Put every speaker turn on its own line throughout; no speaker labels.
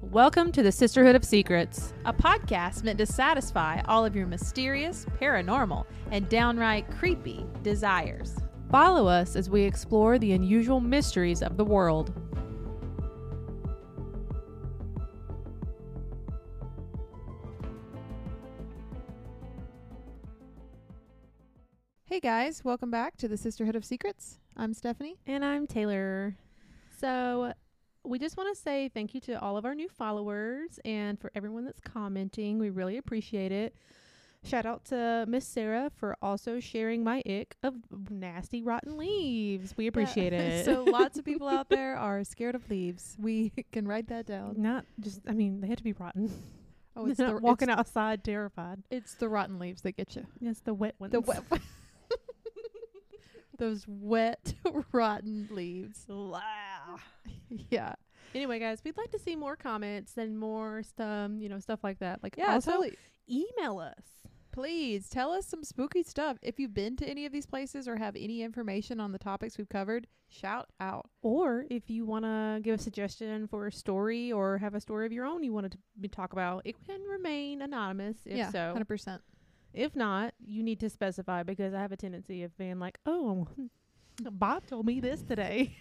Welcome to the Sisterhood of Secrets.
a podcast meant to satisfy all of your mysterious, paranormal, and downright creepy desires.
Follow us as we explore the unusual mysteries of the world.
Hey guys, welcome back to the Sisterhood of Secrets. I'm Stephanie.
And I'm Taylor. So, we just want to say thank you to all of our new followers and for everyone that's commenting. We really appreciate it. Shout out to Miss Sarah for also sharing my ick of nasty rotten leaves. We appreciate it.
so lots of people out there are scared of leaves. We can write that down.
not just I mean, they had to be rotten.
Oh, it's
not
the
walking outside terrified.
It's, it's the rotten leaves that get you.
It's the wet ones.
The wet. Those wet, rotten leaves. Yeah.
Anyway, guys, we'd like to see more comments and more stuff, you know, stuff like that. Like,
Yeah.
also
totally.
email us.
Please tell us some spooky stuff. If you've been to any of these places or have any information on the topics we've covered, shout out.
Or if you want to give a suggestion for a story or have a story of your own you want to talk about, it can remain anonymous if
yeah,
so.
100%.
If not, you need to specify because I have a tendency of being like, oh, Bob told me this today.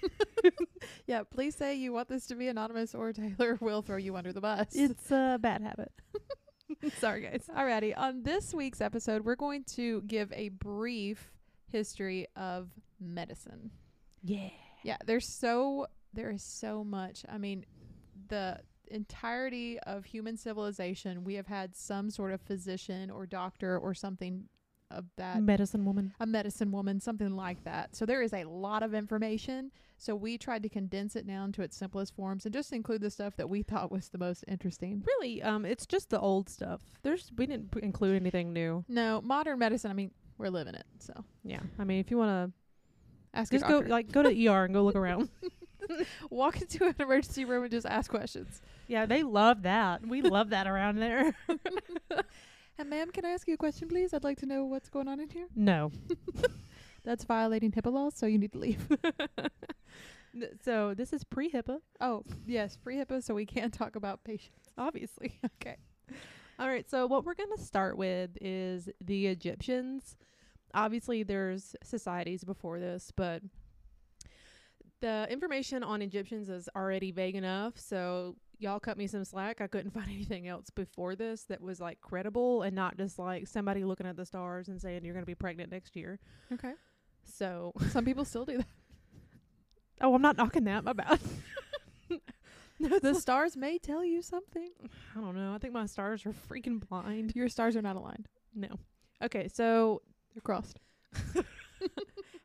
Yeah, please say you want this to be anonymous or Taylor will throw you under the bus.
it's a bad habit.
Sorry, guys. Alrighty. On this week's episode, we're going to give a brief history of medicine.
Yeah.
Yeah, there's so there is so much. I mean, the entirety of human civilization, we have had some sort of physician or doctor or something of that
Medicine woman.
a medicine woman, something like that. So there is a lot of information. So we tried to condense it down to its simplest forms and just include the stuff that we thought was the most interesting.
Really, um, it's just the old stuff. There's we didn't p- include anything new.
No, modern medicine, I mean, we're living it. So
Yeah, I mean, if you want to
ask
Just
your
go
doctor.
like go to ER and go look around.
walk into an emergency room and just ask questions.
Yeah, they love that. We love that around there.
And ma'am, can I ask you a question, please? I'd like to know what's going on in here.
No.
That's violating HIPAA laws, so you need to leave.
So this is pre HIPAA,
oh, yes, free HIPAA, so we can't talk about patients.
obviously.
Okay.
All right. So what we're gonna start with is the Egyptians. Obviously, there's societies before this, but the information on Egyptians is already vague enough. So y'all cut me some slack. I couldn't find anything else before this that was like credible and not just like somebody looking at the stars and saying you're gonna be pregnant next year.
Okay.
So
Some people still do that.
Oh, I'm not knocking that. My bad.
the stars may tell you something.
I don't know. I think my stars are freaking blind.
Your stars are not aligned.
No. Okay, so
They're crossed.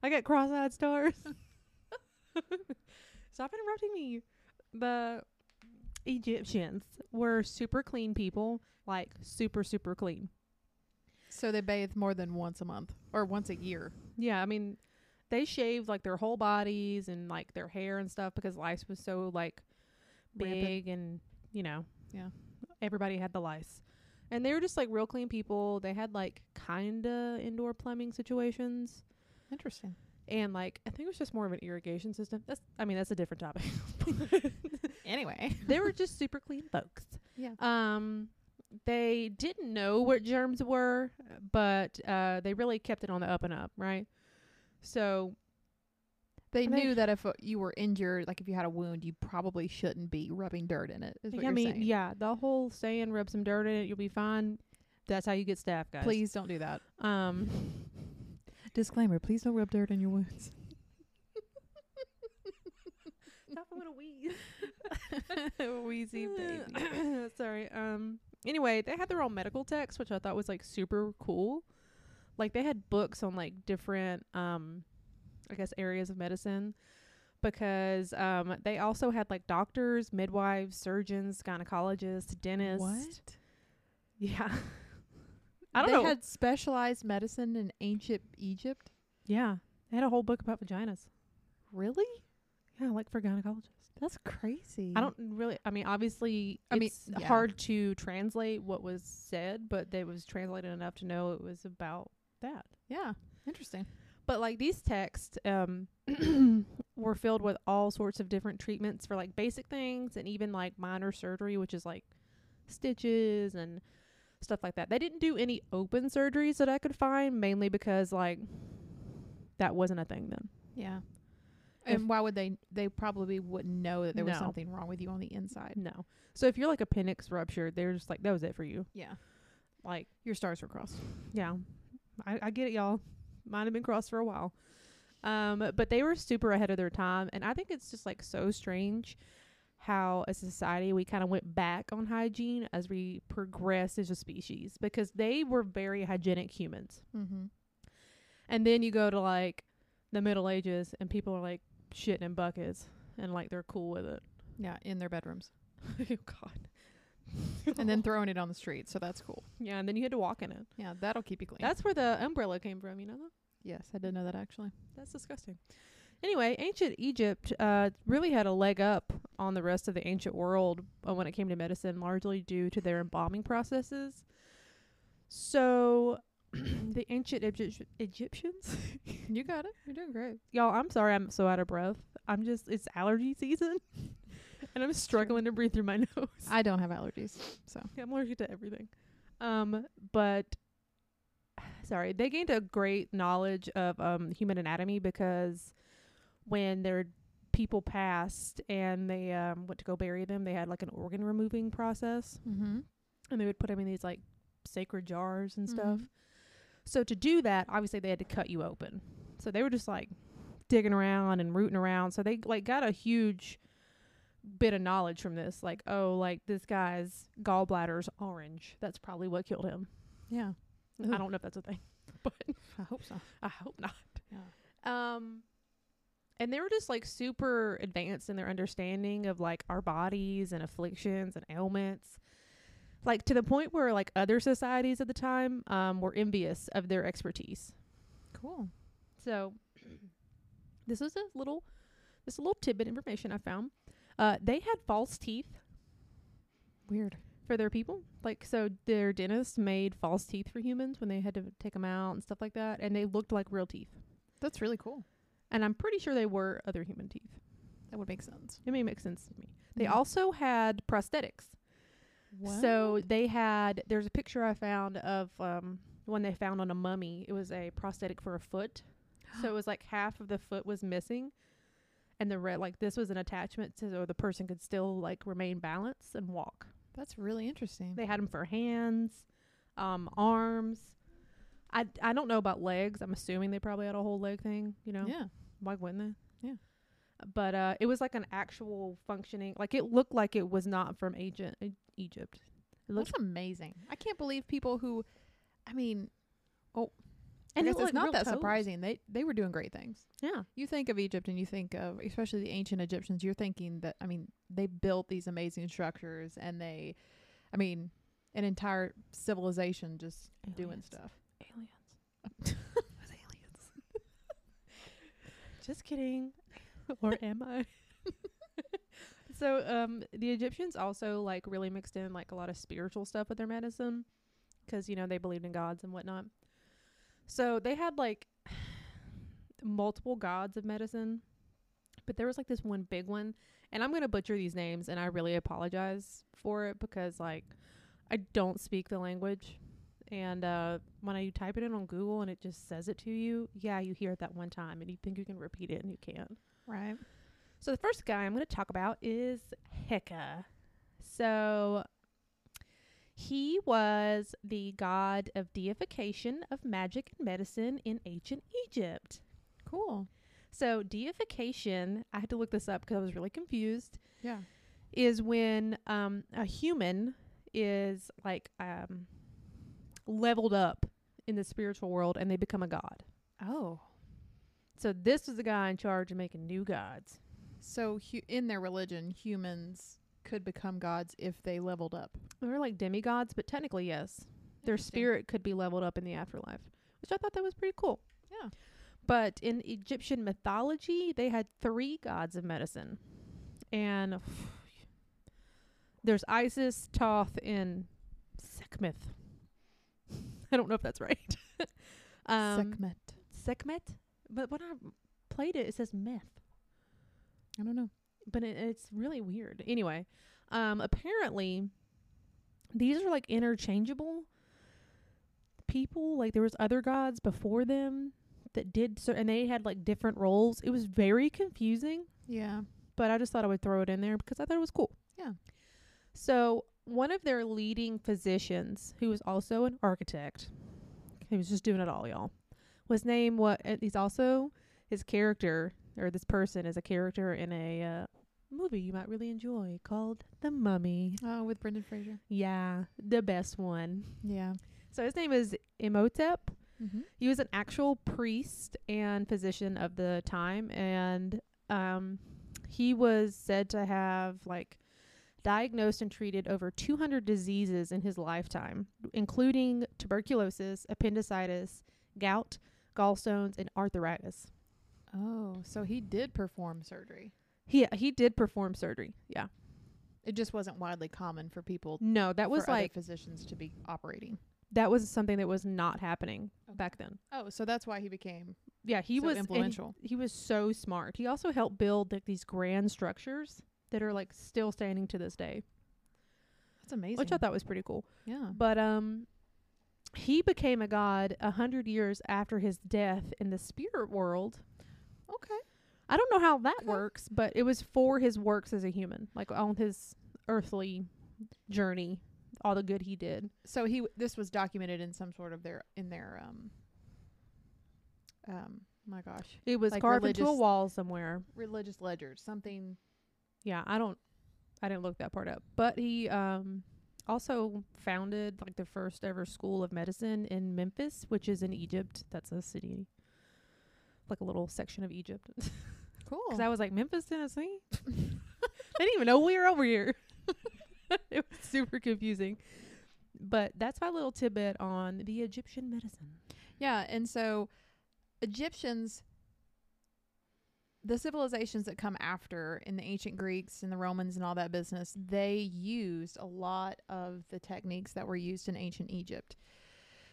I got cross-eyed stars. Stop interrupting me. The Egyptians were super clean people, like super super clean.
So they bathe more than once a month or once a year.
Yeah, I mean, they shaved like their whole bodies and like their hair and stuff because lice was so like
Rampant.
big and you know,
Yeah.
everybody had the lice. And they were just like real clean people. They had like kinda indoor plumbing situations
Interesting.
and like I think it was just more of an irrigation system. That's I mean, that's a different topic.
Anyway,
they were just super clean folks.
Yeah.
Um, they didn't know what germs were, but uh, they really kept it on the up and up, right? So
they
I mean-
knew that if uh, you were injured, like if you had a wound, you probably shouldn't be rubbing dirt in it. Is what
I
you're
mean,
saying.
yeah, the whole saying "rub some dirt in it, you'll be fine." That's how you get staff, guys.
Please don't do that.
Um,
Disclaimer: Please don't rub dirt in your wounds.
stop. I'm gonna wheeze.
Wheezy baby.
Sorry. Um. Anyway, they had their own medical text, which I thought was like super cool. Like they had books on like different, um, I guess areas of medicine, because um they also had like doctors, midwives, surgeons, gynecologists, dentists. Yeah. I don't
they
know.
had specialized medicine in ancient Egypt.
yeah, they had a whole book about vaginas.
Really?
Yeah, like for gynecologists.
That's crazy.
I don't really. I mean, obviously,
Mm. I mean,
it's
yeah.
hard to translate what was said, but they was translated enough to know it was about that.
Yeah. Interesting.
But like these texts, um, were filled with all sorts of different treatments for like basic things and even like minor surgery, which is like stitches and stuff like that. They didn't do any open surgeries that I could find, mainly because like that wasn't a thing then.
Yeah.
If-
And why would they? They probably wouldn't know that there was
No.
something wrong with you on the inside.
No. So if you're like appendix ruptured, they're just like that was it for you.
Yeah.
Like,
Your stars were crossed.
yeah. I, I get it, y'all. Mine have been crossed for a while. Um, but they were super ahead of their time and I think it's just like so strange how as a society we kind of went back on hygiene as we progressed as a species because they were very hygienic humans.
Mm-hmm.
And then you go to like the Middle Ages and people are like shitting in buckets and like they're cool with it.
Yeah, in their bedrooms,
oh god.
and then throwing it on the street. So that's cool.
yeah, and then you had to walk in it.
Yeah, that'll keep you clean.
That's where the umbrella came from, you know that?
yes, I didn't know that actually.
That's disgusting. Anyway, ancient Egypt uh, really had a leg up on the rest of the ancient world uh, when it came to medicine, largely due to their embalming processes. So, the ancient Egypt- Egyptians,
You got it. You're doing great.
y'all, I'm sorry I'm so out of breath. I'm just, it's allergy season, and I'm struggling to breathe through my nose.
I don't have allergies, so
I'm allergic to everything. Um, but sorry, they gained a great knowledge of um human anatomy because when their people passed and they um went to go bury them, they had like an organ removing process,
mm-hmm.
and they would put them in these like sacred jars and stuff.
Mhm.
So to do that, obviously they had to cut you open. So they were just like digging around and rooting around. So they like got a huge bit of knowledge from this. Like, oh, like this guy's gallbladder's orange. That's probably what killed him.
yeah,
I
Ugh.
don't know if that's a thing, but
I hope so.
I hope not.
Yeah.
Um and they were just like super advanced in their understanding of like our bodies and afflictions and ailments. Like to the point where like other societies at the time um were envious of their expertise.
Cool.
So this was a little this little tidbit information I found. Uh, they had false teeth
Weird.
for their people. Like so their dentists made false teeth for humans when they had to take them out and stuff like that and they looked like real teeth.
That's really cool.
And I'm pretty sure they were other human teeth.
That would make sense.
It may make sense to me. They
Mhm.
also had prosthetics. So they had there's a picture I found of um one they found on a mummy. It was a prosthetic for a foot. So it was like half of the foot was missing and the red like this was an attachment to so the person could still like remain balanced and walk.
that's really interesting.
They had them for hands, um arms. I I don't know about legs. I'm assuming they probably had a whole leg thing, you know.
Yeah.
Why wouldn't they?
Yeah.
But uh, it was like an actual functioning. Like it looked like it was not from Egypt. Egypt. It looked,
That's amazing. I can't believe people who, I mean,
and
I
it
guess it's
looked
not
real
that
toes.
surprising. They they were doing great things.
Yeah.
You think of Egypt and you think of especially the ancient Egyptians, you're thinking that I mean, they built these amazing structures and they I mean, an entire civilization just doing
Aliens.
stuff.
Aliens. was aliens. Just kidding. or am I? so um, the Egyptians also like really mixed in like a lot of spiritual stuff with their medicine because you know they believed in gods and whatnot. So they had like multiple gods of medicine, but there was like this one big one, and I'm gonna butcher these names, and I really apologize for it because like I don't speak the language. And uh, when I, you type it in on Google and it just says it to you, yeah, you hear it that one time and you think you can repeat it and you can't.
Right.
So the first guy I'm going to talk about is Heka. So he was the god of deification of magic and medicine in ancient Egypt.
Cool.
So deification, I had to look this up because I was really confused,
Yeah.
is when um, a human is like um, leveled up in the spiritual world and they become a god.
Oh.
So this was the guy in charge of making new gods.
So hu- in their religion, humans could become gods if they leveled up.
They're like demigods, but technically, yes. Their
Interesting.
spirit could be leveled up in the afterlife, which I thought that was pretty cool.
Yeah.
But in Egyptian mythology, they had three gods of medicine. And there's Isis, Toth, and Sekhmet. I don't know if that's right. um,
Sekhmet.
Sekhmet? But when I played it, it says meth.
I don't know.
but it, it's really weird. Anyway, um, apparently these are like interchangeable people. Like there was other gods before them that did so, and they had like different roles. It was very confusing,
Yeah.
but I just thought I would throw it in there because I thought it was cool.
Yeah.
So one of their leading physicians, who was also an architect, he was just doing it all, y'all. Was named what? and He's also his character or this person is a character in a uh, movie you might really enjoy called The Mummy.
Oh, with Brendan Fraser.
Yeah, the best one.
Yeah.
So his name is Imhotep.
Mm-hmm.
He was an actual priest and physician of the time, and um, he was said to have like diagnosed and treated over 200 diseases in his lifetime, including tuberculosis, appendicitis, gout, gallstones, and arthritis.
Oh, so he did perform surgery.
He uh, he did perform surgery. Yeah,
It just wasn't widely common for people
no, that was
for other
like
physicians to be operating.
that was something that was not happening back then.
Oh, so that's why he became
Yeah, he
So
was and
influential.
He, he was so smart. He also helped build like these grand structures that are like still standing to this day,
That's amazing.
which I thought was pretty cool.
yeah.
But um, he became a god a hundred years after his death in the spirit world.
Okay.
I don't know how that
Okay.
works, but it was for his works as a human, like on his earthly journey, all the good he did.
So he w- this was documented in some sort of their in their um um my gosh
It was
Like
carved into a
religious-
wall somewhere.
religious ledgers something
yeah i don't i didn't look that part up but he um also founded like the first ever school of medicine in memphis which is in egypt that's a city like a little section of egypt
cool
because i was like memphis tennessee i didn't even know we were over here it was super confusing but that's my little tidbit on the egyptian medicine
Yeah, and so Egyptians, the civilizations that come after in the ancient Greeks and the Romans and all that business, they used a lot of the techniques that were used in ancient Egypt.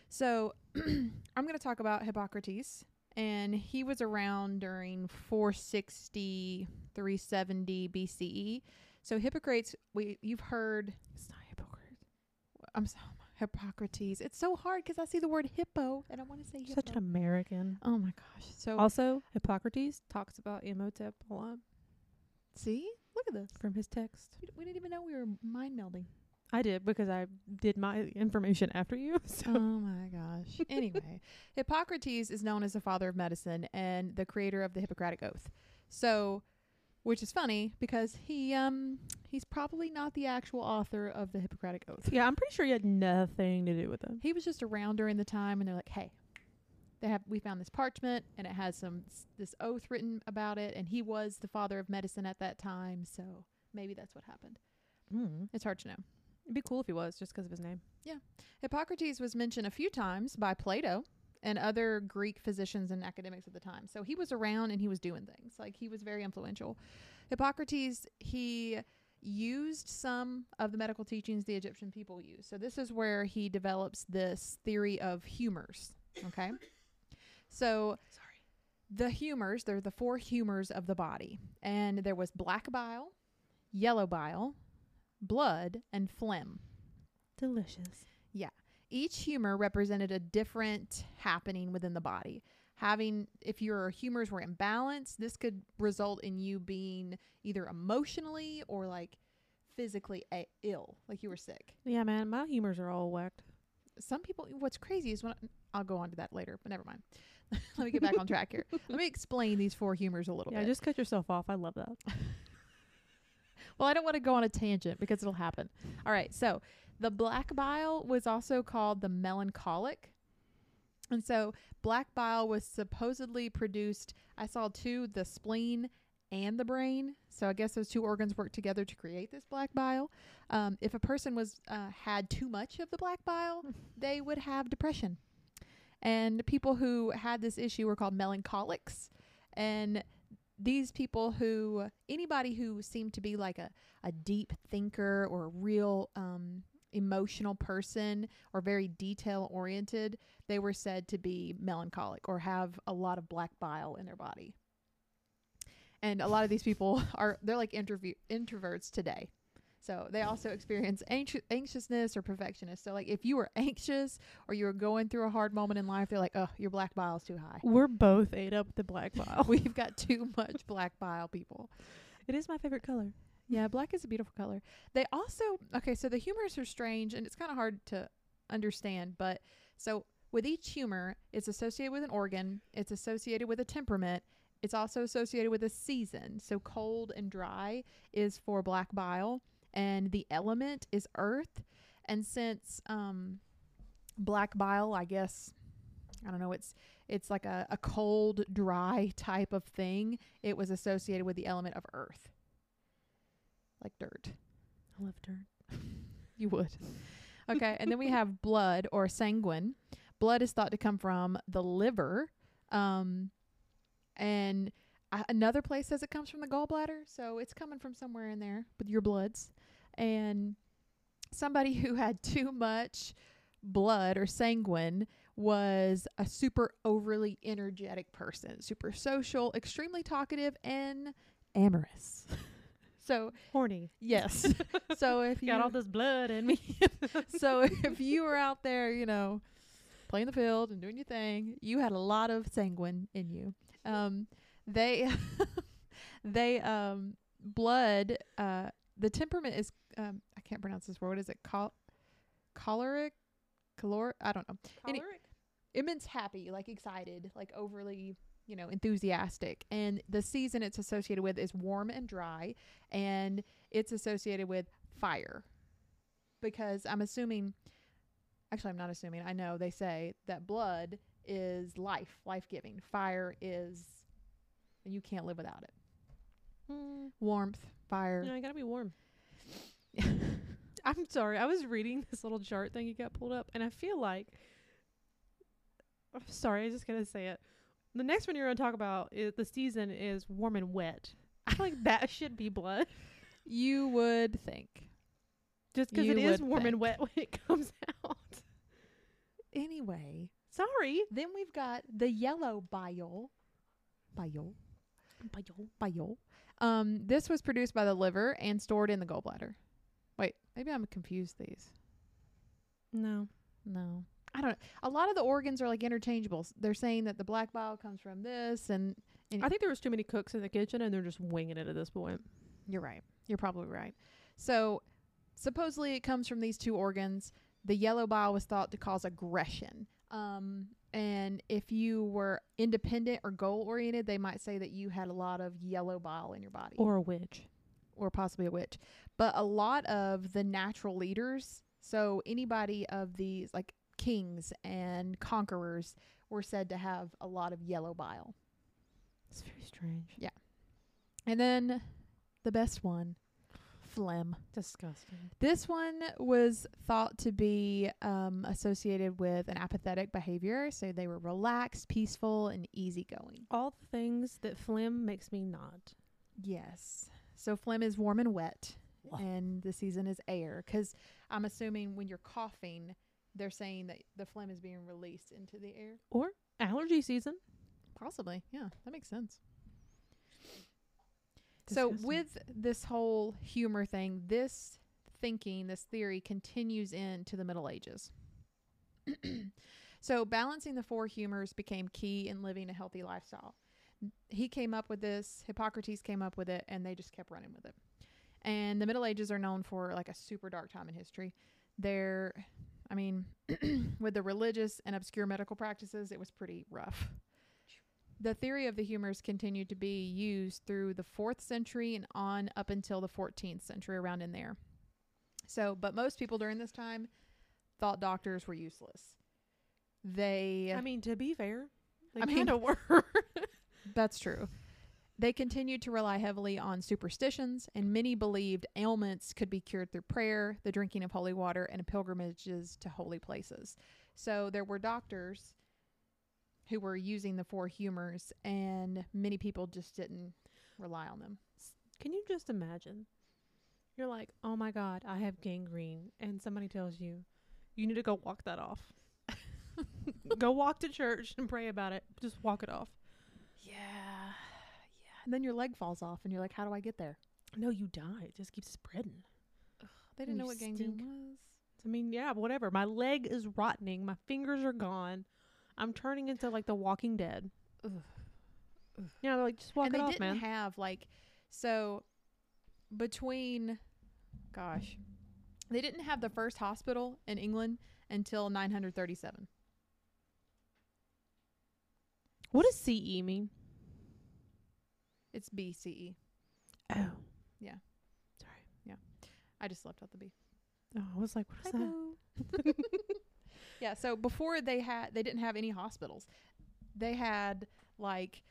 So I'm going to talk about Hippocrates, and he was around during 460, 370 BCE. E. So Hippocrates, we you've heard
it's not hypocrite
I'm so Hippocrates. It's so hard because I see the word hippo and I want to say hippo.
such an american
Oh my gosh. So
also hippocrates talks about imhotep a lot
see, look at this.
from his text
We, d- we didn't even know we were mind melding.
I did because I did my information after you. So
Oh my gosh. Anyway, Hippocrates is known as the father of medicine and the creator of the Hippocratic Oath. So, which is funny because he um he's probably not the actual author of the Hippocratic Oath.
yeah, I'm pretty sure you had nothing to do with them.
He was just around during the time, and they're like, hey. They have, we found this parchment and it has some this oath written about it and he was the father of medicine at that time so maybe that's what happened
Mm.
it's hard to know
It'd be cool if he was just 'cause of his name.
Hippocrates was mentioned a few times by Plato and other Greek physicians and academics of the time. So he was around and he was doing things. Like he was very influential. Hippocrates, he used some of the medical teachings the Egyptian people used. So this is where he develops this theory of humors. Okay. So
Sorry.
the humors, they're the four humors of the body. And there was black bile, yellow bile, blood, and phlegm
Delicious.
each humor represented a different happening within the body. Having, if your humors were imbalanced, this could result in you being either emotionally or like physically a- ill, like you were sick.
Yeah, man, my humors are all whacked.
Some people, what's crazy is when I'll go on to that later, but never mind. Let me get back on track here. Let me explain these four humors a little
Yeah,
bit.
just cut yourself off. I love that.
Well, I don't want to go on a tangent because it'll happen. All right. So the black bile was also called the melancholic. And so black bile was supposedly produced, I saw two, the spleen and the brain. So I guess those two organs work together to create this black bile. Um, if a person was uh, had too much of the black bile, they would have depression. And people who had this issue were called melancholics. And these people who anybody who seemed to be like a, a deep thinker or a real um, emotional person or very detail oriented they were said to be melancholic or have a lot of black bile in their body and a lot of these people are they're like interview introverts today so they also experience anxi- anxiousness or perfectionist so like if you were anxious or you were going through a hard moment in life they're like oh your black bile's too high
We're both ate up the black bile.
we've got too much black bile people
it is my favorite color.
yeah black is a beautiful color they also okay so the humors are strange and it's kind of hard to understand but so with each humor it's associated with an organ it's associated with a temperament it's also associated with a season so cold and dry is for black bile and the element is earth and since um black bile i guess i don't know it's it's like a, a cold dry type of thing it was associated with the element of earth like dirt
I love dirt.
you would. Okay, and then we have blood or sanguine. Blood is thought to come from the liver, um, and a- another place says it comes from the gallbladder, so it's coming from somewhere in there with your bloods. And somebody who had too much blood or sanguine was a super overly energetic person, super social, extremely talkative, and amorous. so
Horny.
yes, so if you
Got all this blood in me.
so if you were out there, you know, playing the field and doing your thing, you had a lot of sanguine in you. Um, they, they, um, blood. Uh, the temperament is. Um, I can't pronounce this word. What is it? Col- choleric, caloric. I don't know. Any- It means happy, like excited, like overly. You know, enthusiastic, and the season it's associated with is warm and dry, and it's associated with fire because I'm assuming, actually, I'm not assuming. I know they say that blood is life, life giving. Fire is, you can't live without it.
Mm,
Warmth,
you
fire.
know, I gotta be warm. I'm sorry. I was reading this little chart thing you got pulled up, and I feel like. I'm sorry. I just gotta say it. The next one you're gonna talk about is the season is warm and wet. I feel like that should be blood,
you would think
just because
You
it is
would
warm and
think.
wet when it comes out.
anyway.
Sorry.
Then we've got the yellow bile, bile, bile. Um, this was produced by the liver and stored in the gallbladder. Wait, maybe I'm confused these.
No.
No. I don't A lot of the organs are like interchangeable. S- They're saying that the black bile comes from this and
I think there was too many cooks in the kitchen, and they're just winging it at this point.
you're right. You're probably right. So supposedly it comes from these two organs. The yellow bile was thought to cause aggression. Um and if you were independent or goal oriented, they might say that you had a lot of yellow bile in your body.
Or a witch.
or possibly a witch. But a lot of the natural leaders, so anybody of these like kings and conquerors, were said to have a lot of yellow bile.
It's very strange.
And then the best one, phlegm.
Disgusting.
This one was thought to be um, associated with an apathetic behavior. So they were relaxed, peaceful, and easygoing.
All the things that phlegm makes me not.
Yes. So phlegm is warm and wet,
Wow.
and the season is air. Because I'm assuming when you're coughing, they're saying that the phlegm is being released into the air.
Or allergy season.
Possibly. Yeah, that makes sense. So, with this whole humor thing, this thinking, this theory continues into the Middle Ages. so, balancing the four humors became key in living a healthy lifestyle. He came up with this, Hippocrates came up with it, and they just kept running with it. And the Middle Ages are known for like a super dark time in history. They're, I mean, with the religious and obscure medical practices, it was pretty rough. The theory of the humors continued to be used through the 4th century and on up until the 14th century, around in there. So, but most people during this time thought doctors were useless. They,
I mean, to be fair, they
I mean-
kind of were.
that's true. They continued to rely heavily on superstitions, and many believed ailments could be cured through prayer, the drinking of holy water, and pilgrimages to holy places. So there were doctors who were using the four humors, and many people just didn't rely on them.
Can you just imagine? You're like, oh my god, I have gangrene, and somebody tells you, you need to go walk that off. go walk to church and pray about it. Just walk it off.
Yeah. Yeah. And then your leg falls off, and you're like, how do I get there?
No, you die. It just keeps spreading.
They
And
didn't know
Oh, you
what gangrene
stink.
was.
I mean, yeah, whatever. My leg is rotting. My fingers are gone. I'm turning into like the Walking Dead.
Ugh. Ugh.
Yeah, they're like just walk
and
it
they
off,
didn't
man.
have like so between gosh they didn't have the first hospital in england until 937
what does CE mean?
it's E. bce
Oh,
Yeah.
Sorry.
i just left out the b
Oh, I was like, what is that?
yeah so before they had they didn't have any hospitals they had like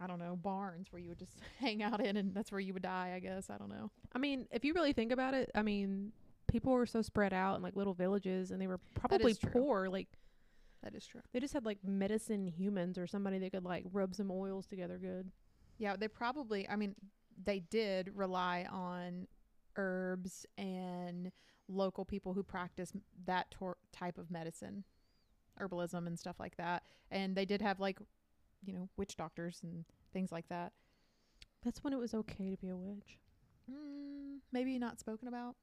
i don't know barns where you would just hang out in and that's where you would die i guess i don't know
I mean, if you really think about it, I mean, people were so spread out in like little villages, and they were probably
true.
poor. Like
that is true
they just had like medicine humans or somebody that could like rub some oils together good.
Yeah, they probably, I mean, they did rely on herbs and local people who practice m- that tor- type of medicine, herbalism and stuff like that. And they did have, like, you know, witch doctors and things like that.
That's when it was okay to be a witch.
Mm, maybe not spoken about.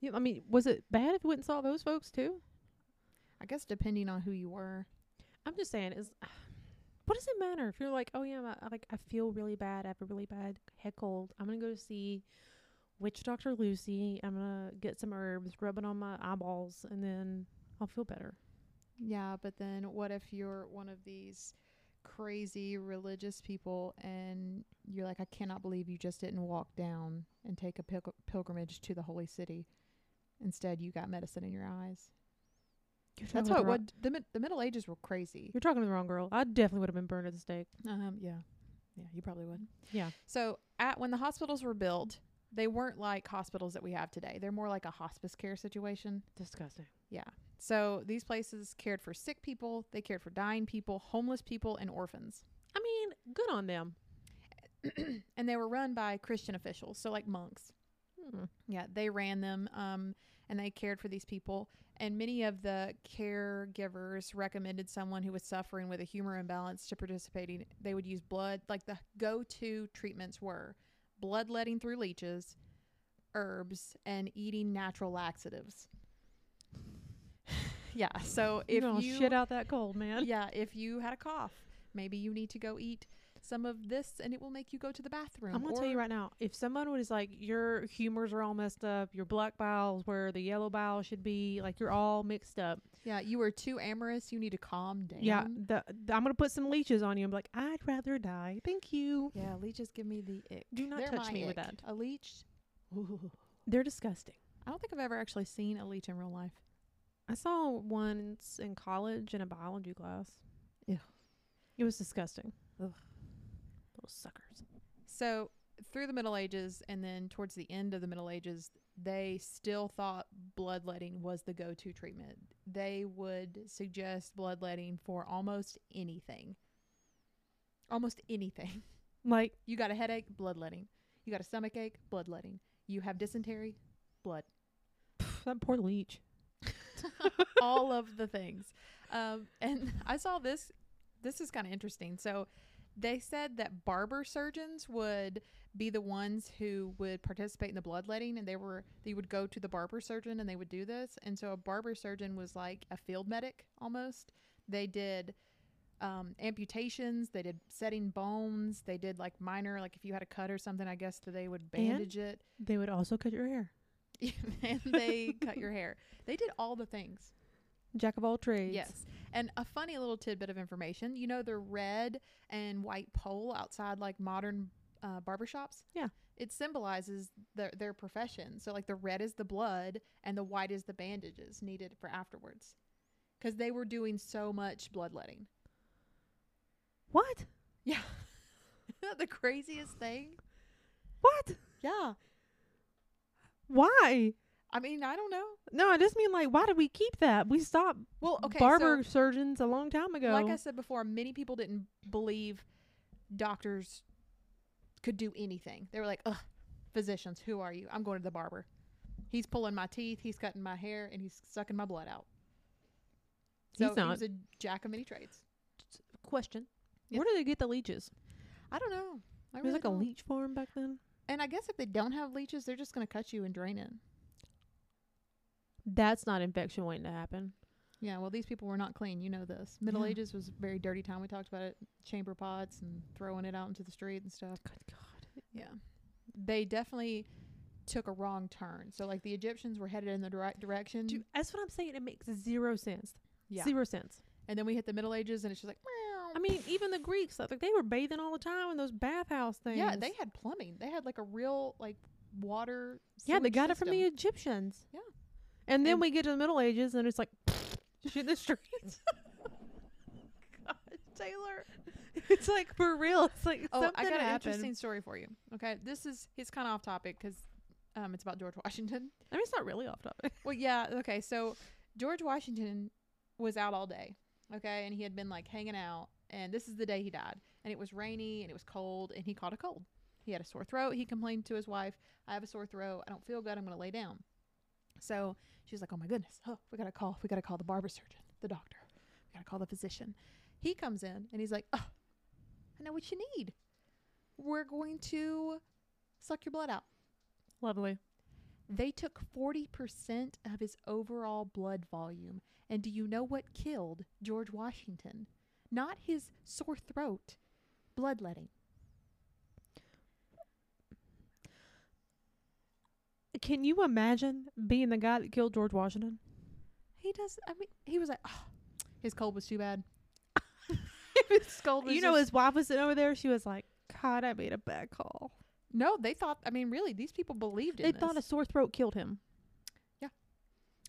Yeah, I mean, was it bad if we went and saw those folks too?
I guess depending on who you were.
I'm just saying, is what does it matter if you're like, oh yeah, I, I like I feel really bad, I have a really bad head cold. I'm gonna go see witch doctor Lucy. I'm gonna get some herbs, rub it on my eyeballs, and then I'll feel better.
Yeah, but then what if you're one of these crazy religious people and you're like, I cannot believe you just didn't walk down and take a pilgr- pilgrimage to the holy city. Instead, you got medicine in your eyes.
You're
That's
talking
what
to the wrong-
what the, mid- the Middle Ages were crazy.
You're talking to the wrong girl. I definitely would have been burned at the stake.
Um, yeah, yeah, you probably would.
Yeah.
So at when the hospitals were built, they weren't like hospitals that we have today. They're more like a hospice care situation.
Disgusting.
So these places cared for sick people, they cared for dying people, homeless people, and orphans.
I mean, good on them.
and they were run by Christian officials, so like monks.
Hmm.
Yeah, they ran them um, and they cared for these people. And many of the caregivers recommended someone who was suffering with a humor imbalance to participating. They would use blood, like the go to treatments were bloodletting through leeches, herbs, and eating natural laxatives. yeah, so
You
if
don't
you
shit out that cold, man.
yeah, if you had a cough, maybe you need to go eat some of this and it will make you go to the bathroom.
I'm gonna tell
or-
you right now, if someone was like, your humors are all messed up, your black bowels where the yellow bowel should be, like you're all mixed up.
Yeah, you were too amorous. You need to calm down.
Yeah, the, the- I'm gonna put some leeches on you. I'm like, I'd rather die. Thank you.
Yeah, leeches give me the ick.
Do not
They're
touch
my
me with
ick.
that.
A leech?
They're disgusting.
I don't think I've ever actually seen a leech in real life.
I saw once in college in a biology class.
Ew.
it was disgusting.
Ugh.
Little suckers.
So, through the Middle Ages and then towards the end of the Middle Ages, they still thought bloodletting was the go to treatment. They would suggest bloodletting for almost anything. Almost anything.
Like
You got a headache, bloodletting. You got a stomach ache, bloodletting. You have dysentery, blood.
pff, that poor leech.
All of the things. Um, and I saw this. This is kind of interesting. So they said that barber surgeons would be the ones who would participate in the bloodletting and they were they would go to the barber surgeon and they would do this and so a barber surgeon was like a field medic almost they did um, amputations they did setting bones they did like minor like if you had a cut or something i guess that they would bandage it
They would also cut your hair.
and they cut your hair. They did all the things.
Jack of all trades.
Yes. And a funny little tidbit of information you know, the red and white pole outside like modern uh, barbershops?
Yeah.
It symbolizes their, their profession. So, like, the red is the blood and the white is the bandages needed for afterwards. Because they were doing so much bloodletting.
What?
the craziest thing?
What?
Yeah.
Why?
I mean, I don't know.
No, I just mean like, why did we keep that? We stopped
Well, okay. so-
barber surgeons a long time ago.
Like I said before, many people didn't believe doctors could do anything. They were like, ugh, physicians, who are you? I'm going to the barber. He's pulling my teeth, he's cutting my hair, and he's sucking my blood out. So
He's not.
he was a jack of many trades.
Question:
Yeah.
Where do they get the leeches?
I don't know. I
There's
really
like a
don't.
leech farm back then.
And I guess if they don't have leeches, they're just going to cut you and drain it.
That's not infection waiting to happen.
Yeah, well, these people were not clean. You know this. Middle
Yeah.
Ages was a very dirty time. We talked about it. Chamber pots and throwing it out into the street and stuff.
Good God.
Yeah. They definitely took a wrong turn. So, like, the Egyptians were headed in the right direction.
Dude, that's what I'm saying. It makes zero sense.
Mm. yeah.
Zero sense.
And then we hit the Middle Ages, and it's just like, meow.
I mean, even the Greeks, like they were bathing all the time in those bathhouse things.
yeah, they had plumbing. They had, like, a real, like, water.
yeah, they
sewage
got it from the
system.
Egyptians.
Yeah.
and then
And-
we get to the Middle Ages, and it's like shit the streets. God, Taylor, it's like for real. It's like
Oh,
something
I got an
happened.
interesting story for you. Okay. This is, it's kind of off topic because um, it's about George Washington.
I mean, it's not really off topic.
Well, yeah. Okay. So George Washington was out all day. Okay. And he had been like hanging out. And this is the day he died. And it was rainy and it was cold. And he caught a cold. He had a sore throat. He complained to his wife, I have a sore throat. I don't feel good. I'm going to lay down. So she's like, Oh my goodness. Oh, we got to call. We got to call the barber surgeon, the doctor. We got to call the physician. He comes in and he's like, Oh, I know what you need. We're going to suck your blood out
Lovely.
they took 40% of his overall blood volume. And do you know what killed George Washington? Not his sore throat, bloodletting.
Can you imagine being the guy that killed George Washington?
He does, I mean, he was like, oh, his cold was too bad. his cold was
you know,
just-
his wife was sitting over there. She was like, "God, I made a bad call."
no, they thought, I mean, really, these people believed in
They
this.
thought a sore throat killed him.
Yeah.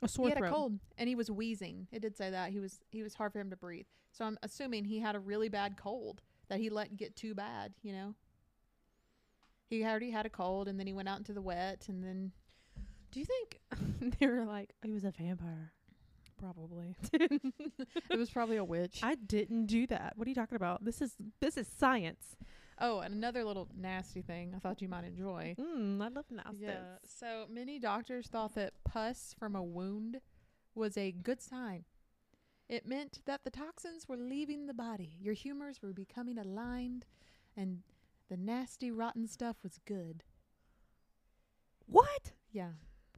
a
he
sore
had
throat.
a cold and he was wheezing. It did say that. He was, he was hard for him to breathe. So I'm assuming he had a really bad cold that he let get too bad, you know? He already had a cold and then he went out into the wet and then
Do you think they were like he was a vampire? Probably.
it was probably a witch.
I didn't do that. What are you talking about? This is this is science.
oh, and another little nasty thing I thought you might enjoy.
Mm, I love nasty.
So many doctors thought that pus from a wound was a good sign. It meant that the toxins were leaving the body, your humors were becoming aligned, and the nasty, rotten stuff was good.
What?
Yeah.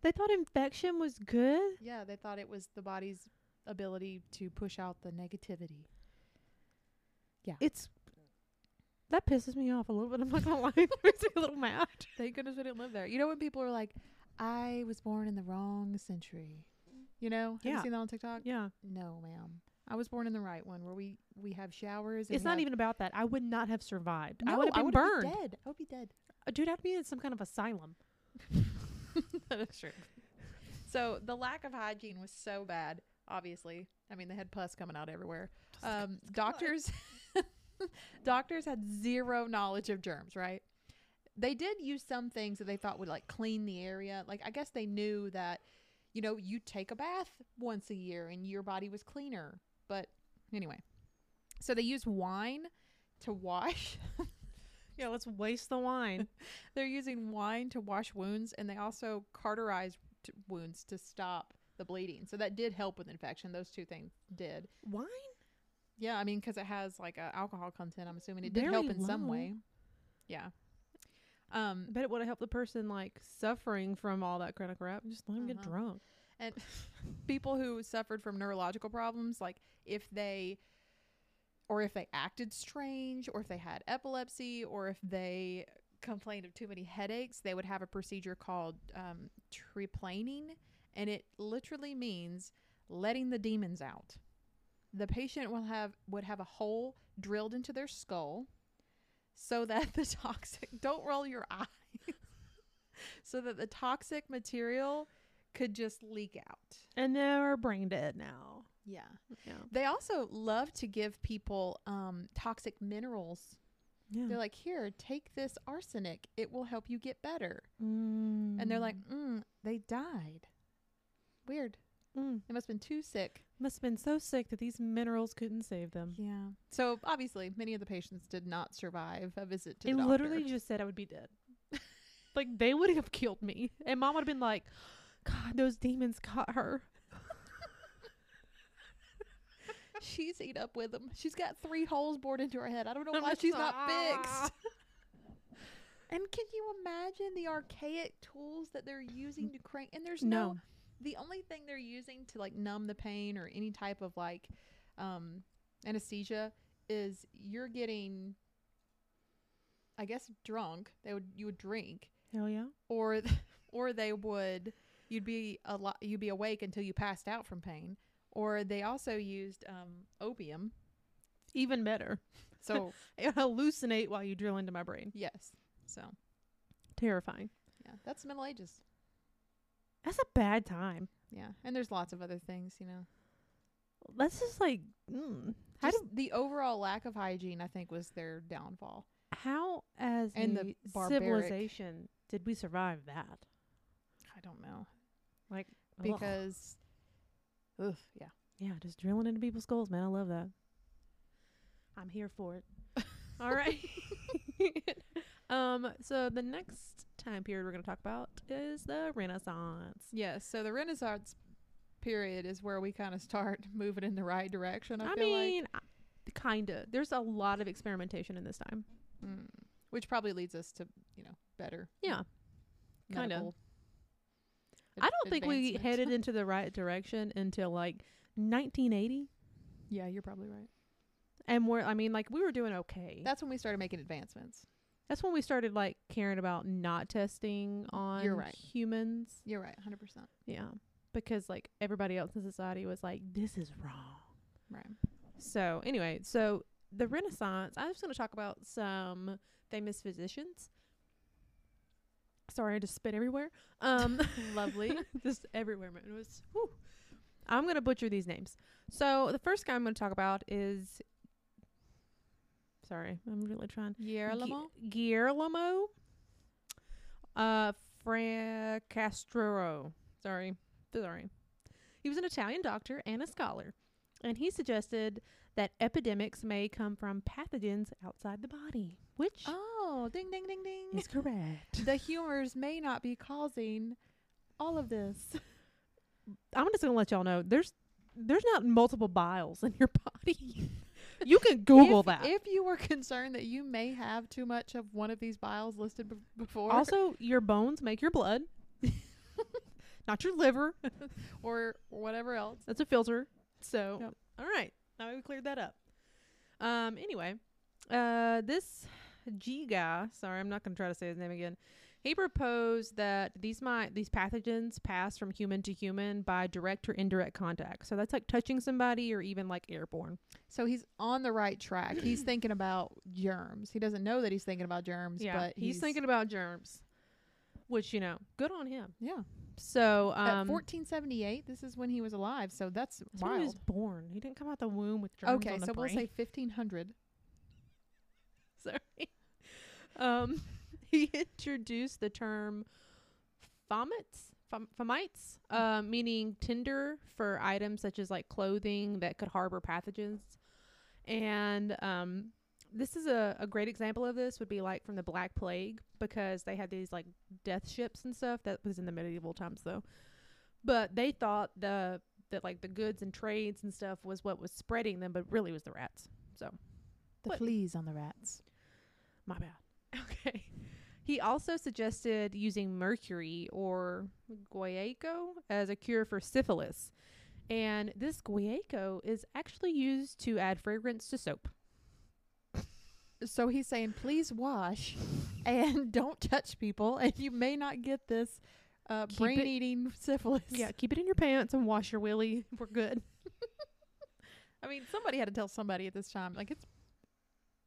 They thought infection was good?
Yeah, they thought it was the body's ability to push out the negativity.
It's that pisses me off a little bit. I'm not gonna lie. It makes me a little mad.
Thank goodness we didn't live there. You know when people are like, I was born in the wrong century. You know? Have
Yeah.
you seen that on TikTok?
Yeah.
No, ma'am. I was born in the right one where we we have showers. And
It's
we
not
have-
even about that. I would not have survived. I
No,
would have been
would've
burned.
dead. I would be dead.
Uh, Dude, I'd be in some kind of asylum.
that is true. So the lack of hygiene was so bad. Obviously, I mean they had pus coming out everywhere. Um, doctors, doctors had zero knowledge of germs. Right? They did use some things that they thought would like clean the area. Like I guess they knew that, you know, you take a bath once a year and your body was cleaner. But anyway, so they used wine to wash
Yeah, let's waste the wine.
They're using wine to wash wounds, and they also cauterize t- wounds to stop the bleeding. So that did help with infection. Those two things did.
wine?
Yeah, I mean, because it has like a alcohol content. I'm assuming it did help
Very
in some
low.
way. Yeah. Um,
I bet it would have helped the person like suffering from all that chronic crap. Just let him get
Uh-huh.
drunk.
and people who suffered from neurological problems, like if they or if they acted strange, or if they had epilepsy, or if they complained of too many headaches, they would have a procedure called um, treplaning, and it literally means letting the demons out. The patient will have would have a hole drilled into their skull, so that the toxic don't roll your eye, so that the toxic material could just leak out.
And they're brain dead now.
Yeah.
Yeah.
They also love to give people um, toxic minerals.
Yeah.
They're like, here, take this arsenic. It will help you get better. And they're like,
Mm-hmm.
mm, they died. Weird.
mm.
They must have been too sick.
must have been so sick that these minerals couldn't save them.
Yeah. So obviously, many of the patients did not survive a visit to
It
the doctor.
literally just said I would be dead. like they would have killed me. And mom would have been like, God, those demons caught her.
she's eat up with them. She's got three holes bored into her head. I don't know why she's not fixed. And can you imagine the archaic tools that they're using to crank? And there's no,
No.
the only thing they're using to like numb the pain or any type of like um, anesthesia is you're getting, I guess, drunk. They would you would drink,
Hell yeah.
or or they would you'd be a lot you'd be awake until you passed out from pain. Or they also used um, opium.
Even better.
So
It hallucinate while you drill into my brain.
yes, so
Terrifying.
yeah, that's Middle Ages.
That's a bad time.
Yeah, and there's lots of other things, you know.
That's just like, mm, how
Just
did
the overall lack of hygiene, I think, was their downfall.
how as
And the
a
barbaric-
civilization did we survive that?
I don't know
Like ugh.
because, ugh, yeah,
yeah, just drilling into people's skulls, man. I love that. I'm here for it. All right. um. So the next time period we're gonna talk about is the Renaissance.
yeah. So the Renaissance period is where we kind of start moving in the right direction. Mm, I,
I,
feel
mean, I- kinda. There's a lot of experimentation in this time.
like, mm, which probably leads us to you know better.
Yeah. Kinda.
medical
I don't think we
advancements.
headed into the right direction until like 1980.
yeah, you're probably right.
And we're, I mean, like we were doing okay.
That's when we started making advancements.
That's when we started like caring about not testing on
You're right.
humans.
You're right, hundred percent.
Yeah. Because like everybody else in society was like, this is wrong.
Right.
So, anyway, so the Renaissance, I just want to talk about some famous physicians. Sorry, I just spit everywhere. Um,
Lovely.
just everywhere, man. It was. Whew. I'm going to butcher these names. So, the first guy I'm going to talk about is. Sorry, I'm really trying.
Guillermo.
Gu- Guillermo uh Fra Castro. Sorry. Sorry. He was an Italian doctor and a scholar, and he suggested that epidemics may come from pathogens outside the body, which
Oh, ding, ding, ding, ding.
is correct.
the humors may not be causing all of this.
I'm just going to let y'all know there's there's not multiple biles in your body. you can Google
if,
that.
If you were concerned that you may have too much of one of these biles listed b- before,
also, your bones make your blood, not your liver.
or whatever else,
That's a filter. So
Yep.
all right, now we cleared that up. Um. Anyway, uh, this G guy. Sorry, I'm not gonna try to say his name again. He proposed that these might these pathogens pass from human to human by direct or indirect contact. So that's like touching somebody or even like airborne.
so he's on the right track. He's thinking about germs. He doesn't know that he's thinking about germs, but
he's, thinking about germs, which you know, good on him.
Yeah,
So
at
um,
1478, this is when he was alive. So that's
that's when he was
wild.
born. He didn't come out the womb with germs.
Okay,
on the
so we'll
brain.
say 1500.
Sorry. Um, he introduced the term fomits, fom- fomites, uh, meaning tinder for items such as like clothing that could harbor pathogens. And um, this is a, a great example of this would be like from the Black Plague because they had these like death ships and stuff that was in the medieval times though. But they thought the that like the goods and trades and stuff was what was spreading them, but really was the rats. So
The
What?
fleas on the rats.
my bad. Okay. He also suggested using mercury or guaiaco as a cure for syphilis. And this guaiaco is actually used to add fragrance to soap.
So he's saying, please wash and don't touch people, and you may not get this uh,
Keep it-
brain eating syphilis.
Yeah, keep it in your pants and wash your willy. We're good.
I mean, somebody had to tell somebody at this time. Like, it's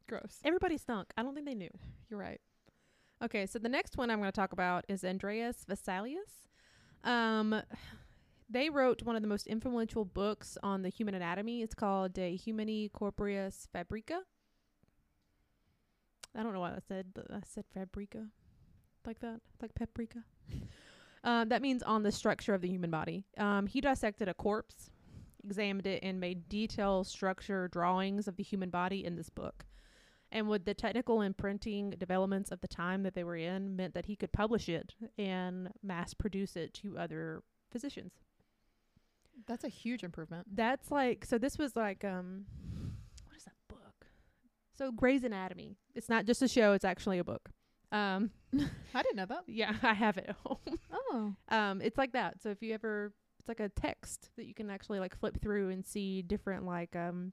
gross.
Everybody stunk. I don't think they knew.
You're right.
Okay, so the next one I'm going to talk about is Andreas Vesalius. Um, they wrote one of the most influential books on the human anatomy. It's called De Humani Corporeis Fabrica. I don't know why I said but I said fabrica, like that, like paprika. um, that means on the structure of the human body. Um, he dissected a corpse, examined it, and made detailed structure drawings of the human body in this book and with the technical and printing developments of the time that they were in meant that he could publish it and mass produce it to other physicians
That's a huge improvement.
That's like so this was like um what is that book? So Grey's Anatomy. It's not just a show, it's actually a book. Um
I didn't know that.
yeah, I have it at home.
Oh,
Um it's like that. So if you ever it's like a text that you can actually like flip through and see different like um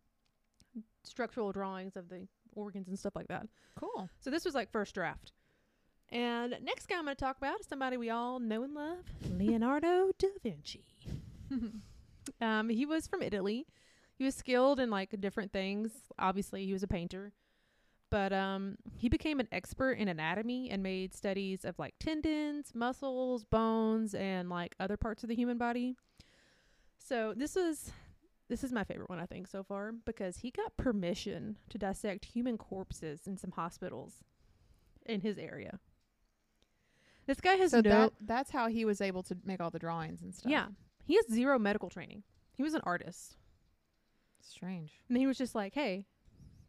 structural drawings of the organs and stuff like that.
cool.
So this was like first draft. And next guy I'm going to talk about is somebody we all know and love, Leonardo da Vinci. Um, he was from Italy. He was skilled in like different things. Obviously, he was a painter, but um, he became an expert in anatomy and made studies of like tendons, muscles, bones, and like other parts of the human body. So this is this is my favorite one I think so far because he got permission to dissect human corpses in some hospitals in his area. This guy has
so
no
that that's how he was able to make all the drawings and stuff.
yeah. He has zero medical training. He was an artist.
Strange.
And he was just like, hey,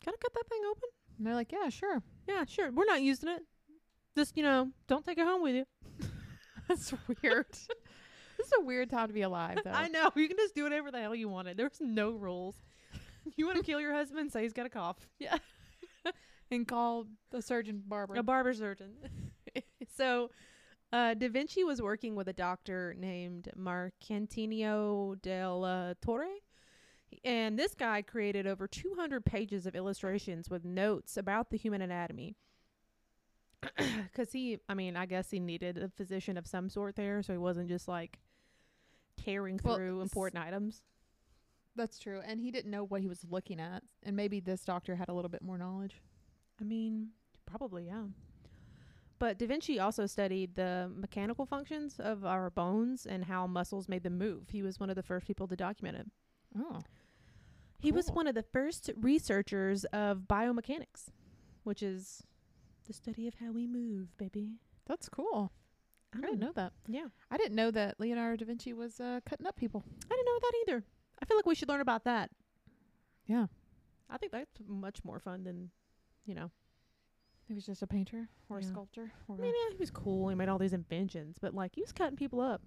can I cut that thing open?
And they're like, yeah, sure.
Yeah, sure. We're not using it. Just, you know, don't take it home with you.
That's weird. this is a weird time to be alive, though.
I know. You can just do whatever the hell you want. It. There's no rules. you want to kill your husband? Say he's got a cough. Yeah.
and call the surgeon barber.
A barber surgeon. so uh, Da Vinci was working with a doctor named Marcantinio della Torre. And this guy created over 200 pages of illustrations with notes about the human anatomy. Because he, I mean, I guess he needed a physician of some sort there, so he wasn't just like tearing
Well,
through
s-
important items.
That's true. And he didn't know what he was looking at. And maybe this doctor had a little bit more knowledge.
I mean, probably, yeah. But Da Vinci also studied the mechanical functions of our bones and how muscles made them move. He was one of the first people to document it.
Oh.
He was
Cool.
one of the first researchers of biomechanics, which is the study of how we move, baby.
That's cool. I didn't know that.
Yeah.
I didn't know that Leonardo da Vinci was uh, cutting up people.
I didn't know that either. I feel like we should learn about that.
Yeah.
I think that's much more fun than, you know.
He was just a painter or
Yeah.
a sculptor. Or
I mean, yeah, he was cool. He made all these inventions, but like he was cutting people up.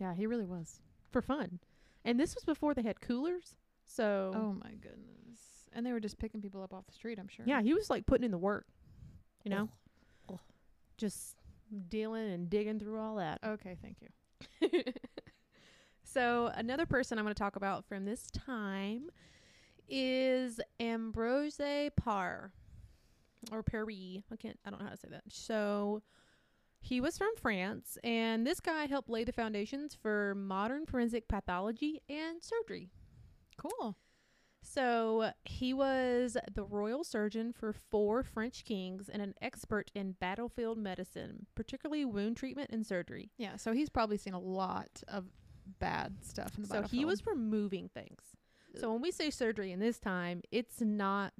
yeah, he really was.
for fun. And this was before they had coolers. So
Oh my goodness. And they were just picking people up off the street, I'm sure.
yeah, he was like putting in the work, you know,
Ugh.
just dealing and digging through all that.
Okay, thank you.
so another person I'm going to talk about from this time is Ambrose Parr or Paris. I can't. I don't know how to say that. So he was from France, and this guy helped lay the foundations for modern forensic pathology and surgery.
Cool.
So he was the royal surgeon for four French kings and an expert in battlefield medicine, particularly wound treatment and surgery.
Yeah, so he's probably seen a lot of bad stuff in the
So he
battlefield. Uh,
was removing things. So when we say surgery in this time, it's not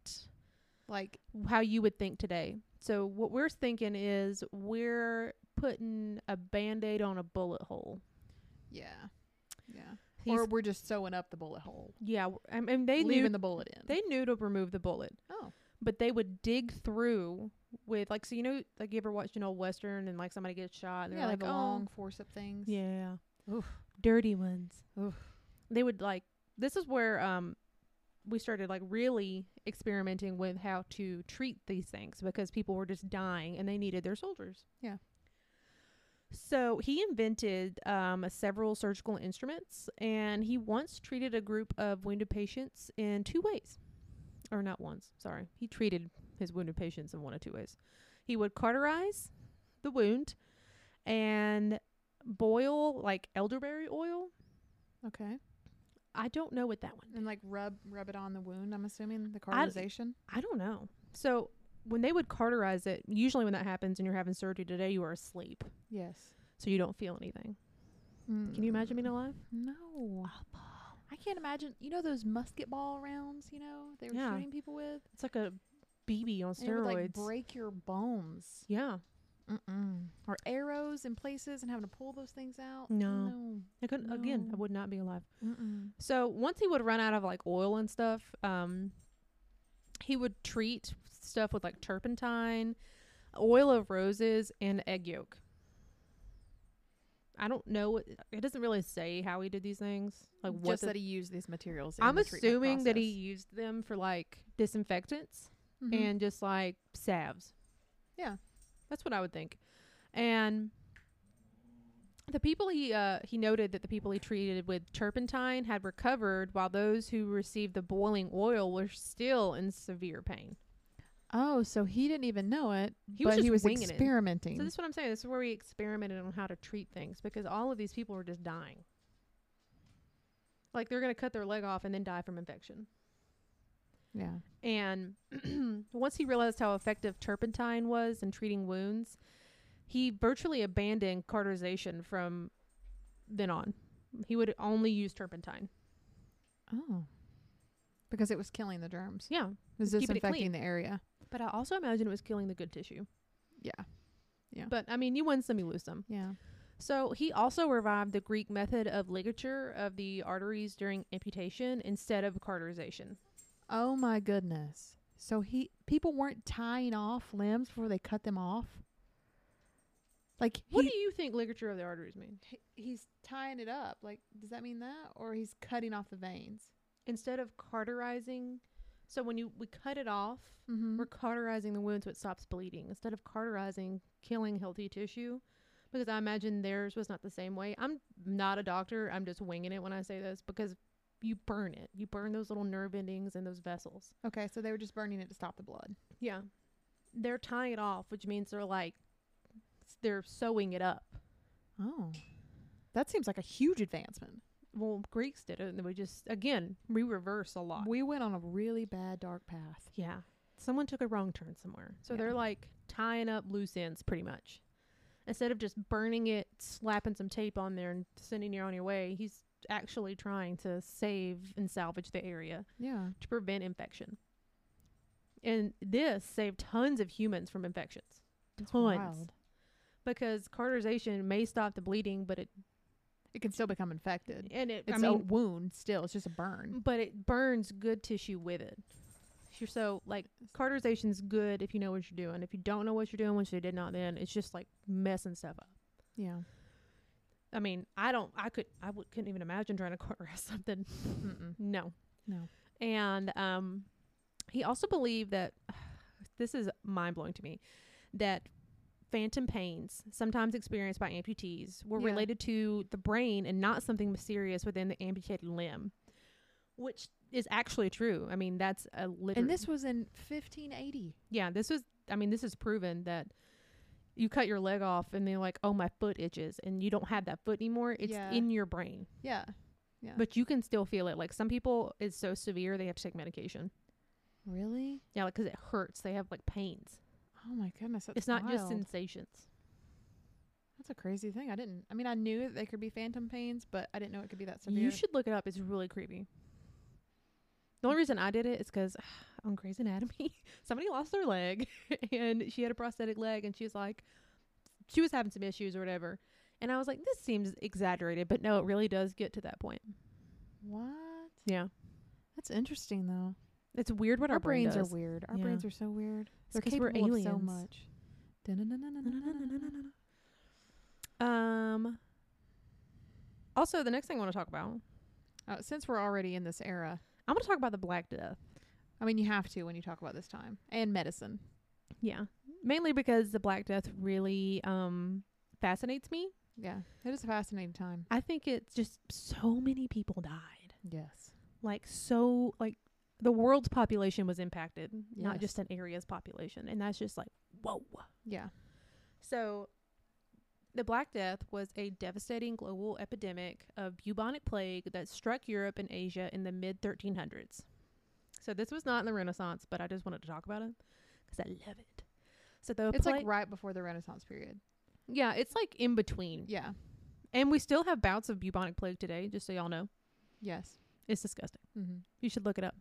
like
how you would think today. So what we're thinking is we're putting a band-aid on a bullet hole.
yeah. Yeah.
He's-
or we're just sewing up the bullet hole.
yeah, I mean they
leaving
knew
the bullet in.
they knew to remove the bullet.
oh.
but they would dig through with like so you know like you ever watched an old western and like somebody gets shot and
Yeah,
they're like
they have
oh
a long force up things.
yeah
Oof.
dirty ones
Oof.
they would like this is where um we started like really experimenting with how to treat these things because people were just dying and they needed their soldiers
Yeah.
so he invented um, several surgical instruments and he once treated a group of wounded patients in two ways or not once, sorry. He treated his wounded patients in one of two ways. He would cauterize the wound and boil like elderberry oil.
Okay.
I don't know what that one.
And like rub rub it on the wound, I'm assuming the
I-
cauterization.
I don't know. So when they would cauterize it, usually when that happens and you're having surgery today, you are asleep,
Yes.
so you don't feel anything. Can you imagine being
Mm.
alive?
No. I can't imagine. You know those musket ball rounds, you know, they were
Yeah.
shooting people with?
It's like a BB on
And it would like
steroids.
break your bones.
yeah,
Mm-mm. Or arrows in places and having to pull those things out.
No. I couldn't. Again, I
No.
would not be alive.
No. Mm-mm.
So once he would run out of like oil and stuff, um, he would treat stuff with like turpentine, oil of roses, and egg yolk. I don't know. what- It doesn't really say how he did these things. Like what
just
the-
that he used these materials. in
I'm
the treatment
assuming that he
process.
used them for like disinfectants
Mhm.
and just like salves.
Yeah.
That's what I would think. And the people he uh, he noted that the people he treated with turpentine had recovered, while those who received the boiling oil were still in severe pain.
oh, so he didn't even know it,
He was
but
just
he was
winging it.
experimenting.
So this is what I'm saying. This is where we experimented on how to treat things because all of these people were just dying. Like they're gonna cut their leg off and then die from infection.
yeah,
And once he realized how effective turpentine was in treating wounds, he virtually abandoned cauterization from then on. He would only use turpentine.
oh, because it was killing the germs.
Yeah.
It was
Keeping it
disinfecting
clean.
the area.
But I also imagine it was killing the good tissue.
Yeah,
But I mean, you win some, you lose some.
yeah.
So he also revived the Greek method of ligature of the arteries during amputation instead of cauterization.
Oh my goodness. So he people weren't tying off limbs before they cut them off. Like
What
he,
do you think ligature of the arteries mean?
he- he's tying it up. Like does that mean that or he's cutting off the veins?
Instead of cauterizing, so when you we cut it off,
Mm-hmm.
we're cauterizing the wound so it stops bleeding instead of cauterizing, killing healthy tissue. Because I imagine theirs was not the same way. I'm not a doctor. I'm just winging it when I say this because you burn it. You burn those little nerve endings and those vessels.
Okay, so they were just burning it to stop the blood.
Yeah. They're tying it off, which means they're like they're sewing it up.
Oh. That seems like a huge advancement.
Well, Greeks did it, and we just again we reverse a lot.
We went on a really bad dark path.
yeah, someone took a wrong turn somewhere, so
Yeah.
they're like tying up loose ends pretty much. Instead of just burning it, slapping some tape on there, and sending you on your way, he's actually trying to save and salvage the area
Yeah.
to prevent infection. And this saved tons of humans from infections.
That's
Tons.
wild.
Because cauterization may stop the bleeding, but it
It can still become infected.
and it
It's
I mean
a wound still. It's just a burn.
but it burns good tissue with it. You're So like cauterization's good if you know what you're doing. If you don't know what you're doing, which they did not then, it's just like messing stuff up.
Yeah.
I mean, I don't, I could, I would, couldn't even imagine trying to cauterize something.
Mm-mm.
No,
No.
And um, he also believed that this is mind blowing to me that phantom pains, sometimes experienced by amputees, were
Yeah.
related to the brain and not something mysterious within the amputated limb, which is actually true. I mean, that's a literal.
And this was in 1580.
yeah, this was. I mean, this is proven that. You cut your leg off, and they're like, "Oh, my foot itches," and you don't have that foot anymore. It's
Yeah.
in your brain,
Yeah.
but you can still feel it. Like some people, it's so severe they have to take medication.
Really?
Yeah, like 'cause it hurts. They have like pains.
Oh my goodness, that's
it's not just
wild.
sensations.
that's a crazy thing. I didn't. I mean, I knew that they could be phantom pains, but I didn't know it could be that severe.
You should look it up. It's really creepy. The only reason I did it is 'cause on Grey's Anatomy, somebody lost their leg and she had a prosthetic leg and she was like, she was having some issues or whatever. And I was like, this seems exaggerated, but no, it really does get to that point.
What?
Yeah.
That's interesting though.
It's weird what
Our,
our, brain
brains
does.
are weird. Our
Yeah.
brains are so weird.
It's
They're
'cause we're
capable of so
aliens.
much. Dun-dun-dun-dun-dun-dun-dun-dun.
Um, also, the next thing I want to talk about,
Uh, since we're already in this era,
I want to talk about the Black Death.
I mean, you have to when you talk about this time and medicine.
Yeah. Mainly because the Black Death really um fascinates me.
Yeah, it is a fascinating time.
I think it's just so many people died.
Yes.
Like so like the world's population was impacted, not
Yes.
just an area's population. And that's just like, whoa.
Yeah.
So the Black Death was a devastating global epidemic of bubonic plague that struck Europe and Asia in the mid 1300s. So this was not in the Renaissance, but I just wanted to talk about it because I love it. So the
It's like
plague-
right before the Renaissance period.
yeah, it's like in between.
Yeah.
And we still have bouts of bubonic plague today, just so y'all know.
Yes.
It's disgusting.
Mm-hmm.
You should look it up.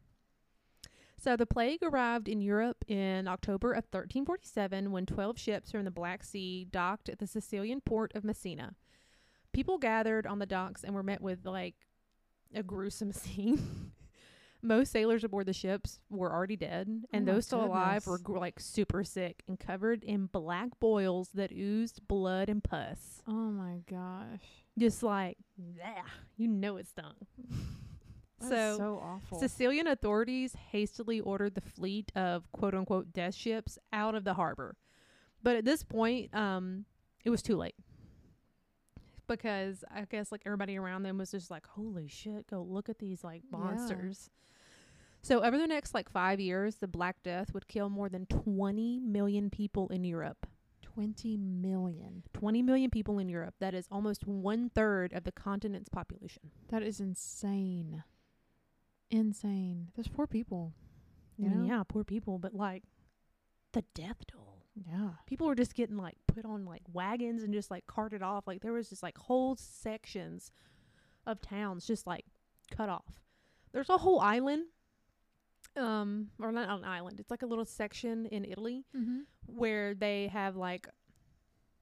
So the plague arrived in Europe in October of 1347 when 12 ships from the Black Sea docked at the Sicilian port of Messina. People gathered on the docks and were met with like a gruesome scene. Most sailors aboard the ships were already dead, and
Oh my
those still alive were
goodness.
gr- like super sick and covered in black boils that oozed blood and pus.
Oh my gosh.
Just like, yeah, you know it stung.
That's
So,
so, awful.
Sicilian authorities hastily ordered the fleet of quote unquote death ships out of the harbor. But at this point, um, it was too late. Because I guess like everybody around them was just like, holy shit, go look at these like
Yeah.
monsters. So over the next like five years, the Black Death would kill more than 20 million people in Europe.
20 million.
20 million people in Europe. That is almost one third of the continent's population.
That is insane. Insane. Those poor people.
I mean,
Yeah.
yeah, poor people, but like the death toll.
Yeah.
People were just getting like put on like wagons and just like carted off. Like there was just like whole sections of towns just like cut off. There's a whole island, um, or not an island. It's like a little section in Italy
Mm-hmm.
where they have like,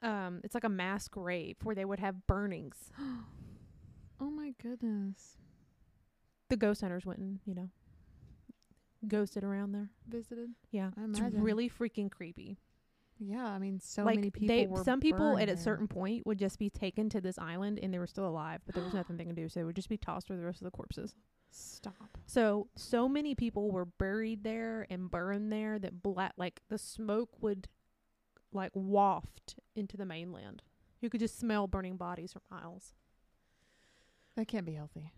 um, it's like a mass grave where they would have burnings.
Oh my goodness.
The ghost hunters went and you know, ghosted around there.
Visited?
Yeah,
I
it's
imagine.
really freaking creepy.
Yeah, I mean, so
like
many people.
they
were
some people
burned
at a
there.
certain point would just be taken to this island and they were still alive but there was nothing they can do so they would just be tossed with the rest of the corpses
Stop.
so so many people were buried there and burned there that black like the smoke would like waft into the mainland you could just smell burning bodies for miles
That can't be healthy.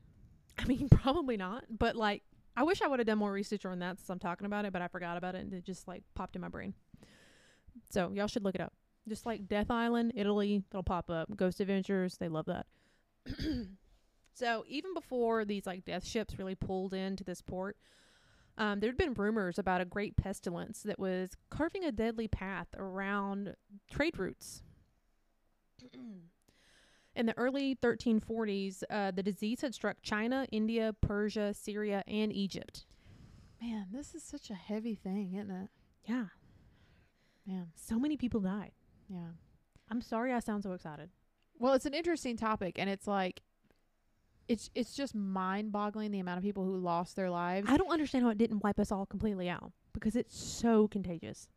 i mean probably not but like i wish i would have done more research on that since i'm talking about it but i forgot about it and it just like popped in my brain so y'all should look it up just like death island italy it'll pop up ghost adventures they love that so even before these like death ships really pulled into this port um, there'd been rumors about a great pestilence that was carving a deadly path around trade routes in the early 1340s uh, the disease had struck china india persia syria and egypt
Man, this is such a heavy thing, isn't it?
yeah
Man,
so many people died
yeah.
i'm sorry i sound so excited
Well, it's an interesting topic, and it's like, it's it's just mind boggling the amount of people who lost their lives.
i don't understand how it didn't wipe us all completely out because it's so contagious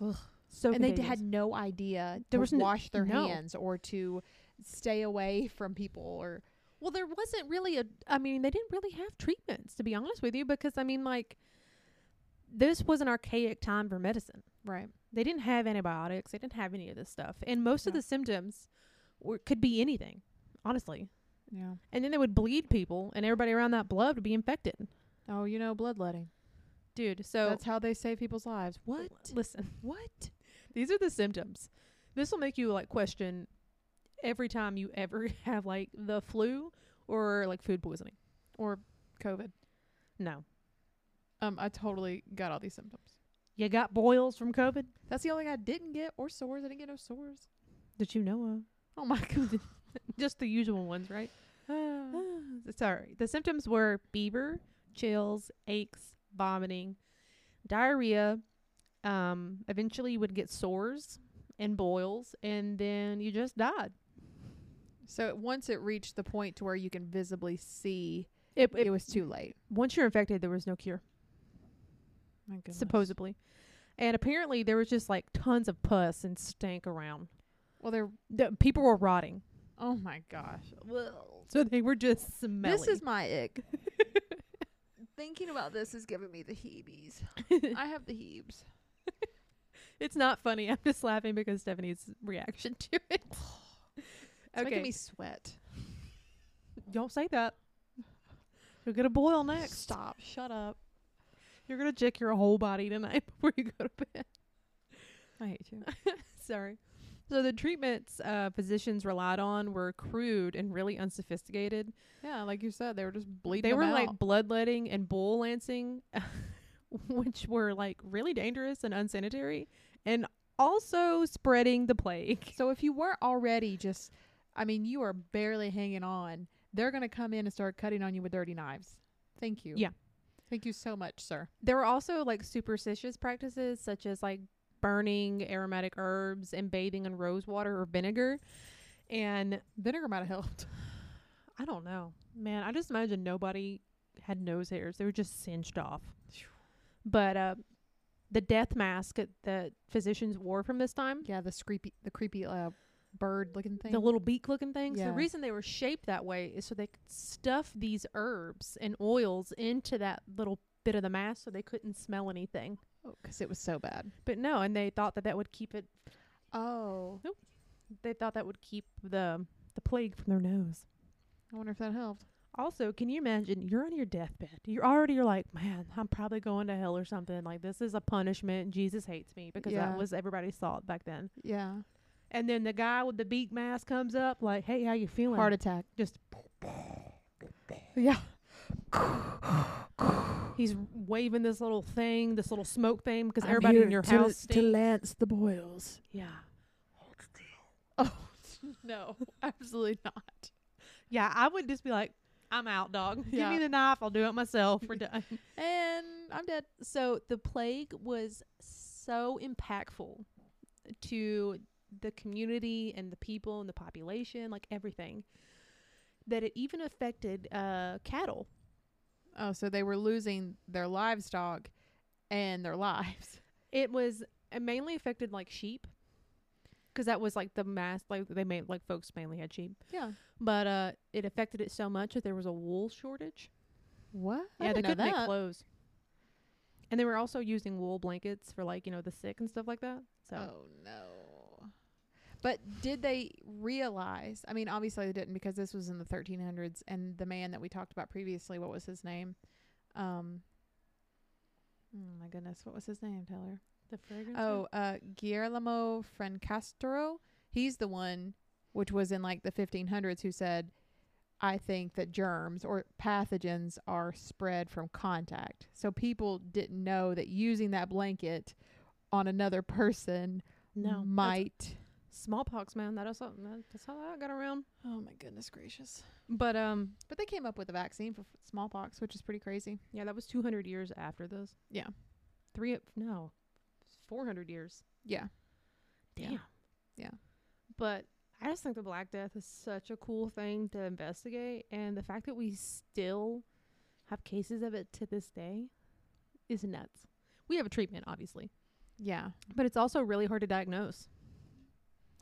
Ugh, so
and they d-
contagious.
had no idea
There
to
was n-
wash their
no.
hands or to stay away from people or
Well, there wasn't really a. I mean, they didn't really have treatments, to be honest with you, because I mean, like, this was an archaic time for medicine.
right.
They didn't have antibiotics. They didn't have any of this stuff, and most of
Yeah.
the symptoms were, could be anything, honestly.
Yeah.
And then they would bleed people, and everybody around that blood would be infected,
Oh, you know, bloodletting.
dude. So
That's how they save people's lives. What?
Listen, what? These are the symptoms. This will make you like question every time you ever have like the flu or like food poisoning.
Or COVID.
No,
Um, I totally got all these symptoms.
you got boils from COVID.
That's the only thing I didn't get, or sores. I didn't get no sores.
that you know of.
Oh my god.
Just the usual ones, right? Sorry. The symptoms were fever, chills, aches, vomiting, diarrhea. Um, eventually, you would get sores and boils, and then you just died.
so it- once it reached the point to where you can visibly see,
It,
it, was too late.
once you're infected, there was no cure,
My goodness.
supposedly. And apparently, there was just like tons of pus and stank around.
Well, they're.
The, people were rotting,
Oh my gosh.
so they were just smelly.
This is my ick. Thinking about this is giving me the heebies. I have the heebs.
it's not funny. I'm just laughing because Stephanie's reaction to it.
It's making me sweat.
Don't say that. You're gonna boil next.
Stop. Shut up.
You're gonna check your whole body tonight before you go to bed.
I hate you.
Sorry. So the treatments uh, physicians relied on were crude and really unsophisticated.
Yeah, like you said, they were just bleeding.
They were
them
like
out.
bloodletting and bull lancing, which were like really dangerous and unsanitary, and also spreading the plague.
So if you weren't already just, I mean, you are barely hanging on. They're gonna come in and start cutting on you with dirty knives. Thank you.
Yeah.
Thank you so much, sir.
There were also like superstitious practices such as like burning aromatic herbs and bathing in rose water or vinegar. And
Vinegar might have helped.
I don't know. Man, I just imagine nobody had nose hairs. They were just singed off. But uh, the death mask that physicians wore from this time,
Yeah, the creepy, the creepy uh, bird looking thing.
the little beak looking things,
Yeah.
the reason they were shaped that way is so they could stuff these herbs and oils into that little bit of the mask so they couldn't smell anything.
because it was so bad.
But no, and they thought that that would keep it.
Oh,
They thought that would keep the the plague from their nose.
I wonder if that helped.
Also, can you imagine you're on your deathbed? You're already you're like, man, I'm probably going to hell or something. Like this is a punishment. Jesus hates me because
Yeah.
that was everybody's thought back then.
Yeah,
And then the guy with the beak mask comes up, like, hey, how you feeling?
heart attack.
Just
Yeah,
he's waving this little thing, this little smoke thing, because everybody in your house. stinks.
lance the boils.
yeah.
Oh no, absolutely not.
Yeah, I would just be like, I'm out, dog.
Yeah.
Give me the knife. I'll do it myself. We're done.
And I'm dead.
So the plague was so impactful to the community and the people and the population, like everything, that it even affected uh, cattle.
Oh, so they were losing their livestock and their lives.
It was it mainly affected like sheep, because that was like the mass. Like they made like folks mainly had sheep,
Yeah.
but uh, it affected it so much that there was a wool shortage.
What?
yeah, they
I didn't know
couldn't make
that.
clothes, and they were also using wool blankets for like you know the sick and stuff like that. So
Oh no. But did they realize? I mean, obviously they didn't because this was in the 1300s, and the man that we talked about previously, what was his name? Um. Oh my goodness, what was his name, Taylor?
the fragrance.
Oh, uh, Guillermo Francastro. He's the one, which was in like the 1500s, who said, "I think that germs or pathogens are spread from contact." So people didn't know that using that blanket on another person
no, that's
might.
smallpox man that is something that, that's how that got around
Oh my goodness gracious!
but um
But they came up with a vaccine for f- smallpox, which is pretty crazy.
yeah that was 200 years after this
Yeah.
three no 400 years
Yeah, Yeah. Yeah.
but i just think the black death is such a cool thing to investigate and the fact that we still have cases of it to this day is nuts we have a treatment obviously
yeah.
but it's also really hard to diagnose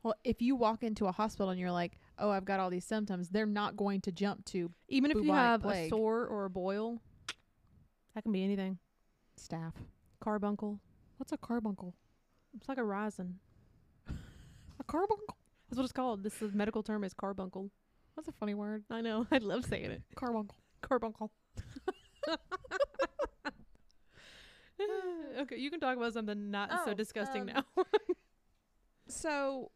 Well, if you walk into a hospital and you're like, "Oh, I've got all these symptoms," they're not going to jump to
even if you
Bubonic
have a
plague.
sore or a boil that can be anything
staff.
carbuncle
What's a carbuncle?
it's like a rosin
A carbuncle.
That's what it's called. This is medical term is carbuncle.
That's a funny word.
I know. I love saying it.
Carbuncle.
Carbuncle. okay, you can talk about something not so
Oh,
disgusting
um,
now.
So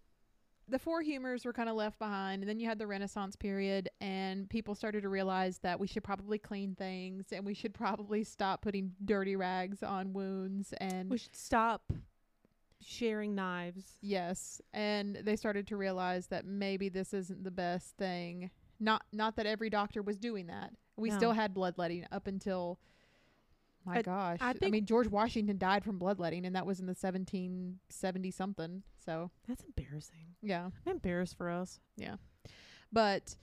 the four humors were kind of left behind, and then you had the Renaissance period, and people started to realize that we should probably clean things, and we should probably stop putting dirty rags on wounds, and
we should stop sharing knives.
yes, and they started to realize that maybe this isn't the best thing. Not not that every doctor was doing that. We
No.
still had bloodletting up until my
I-
gosh.
I
I,
think-
mean George Washington died from bloodletting and that was in the 1770 something. So,
That's embarrassing.
yeah.
I'm embarrassed for us.
But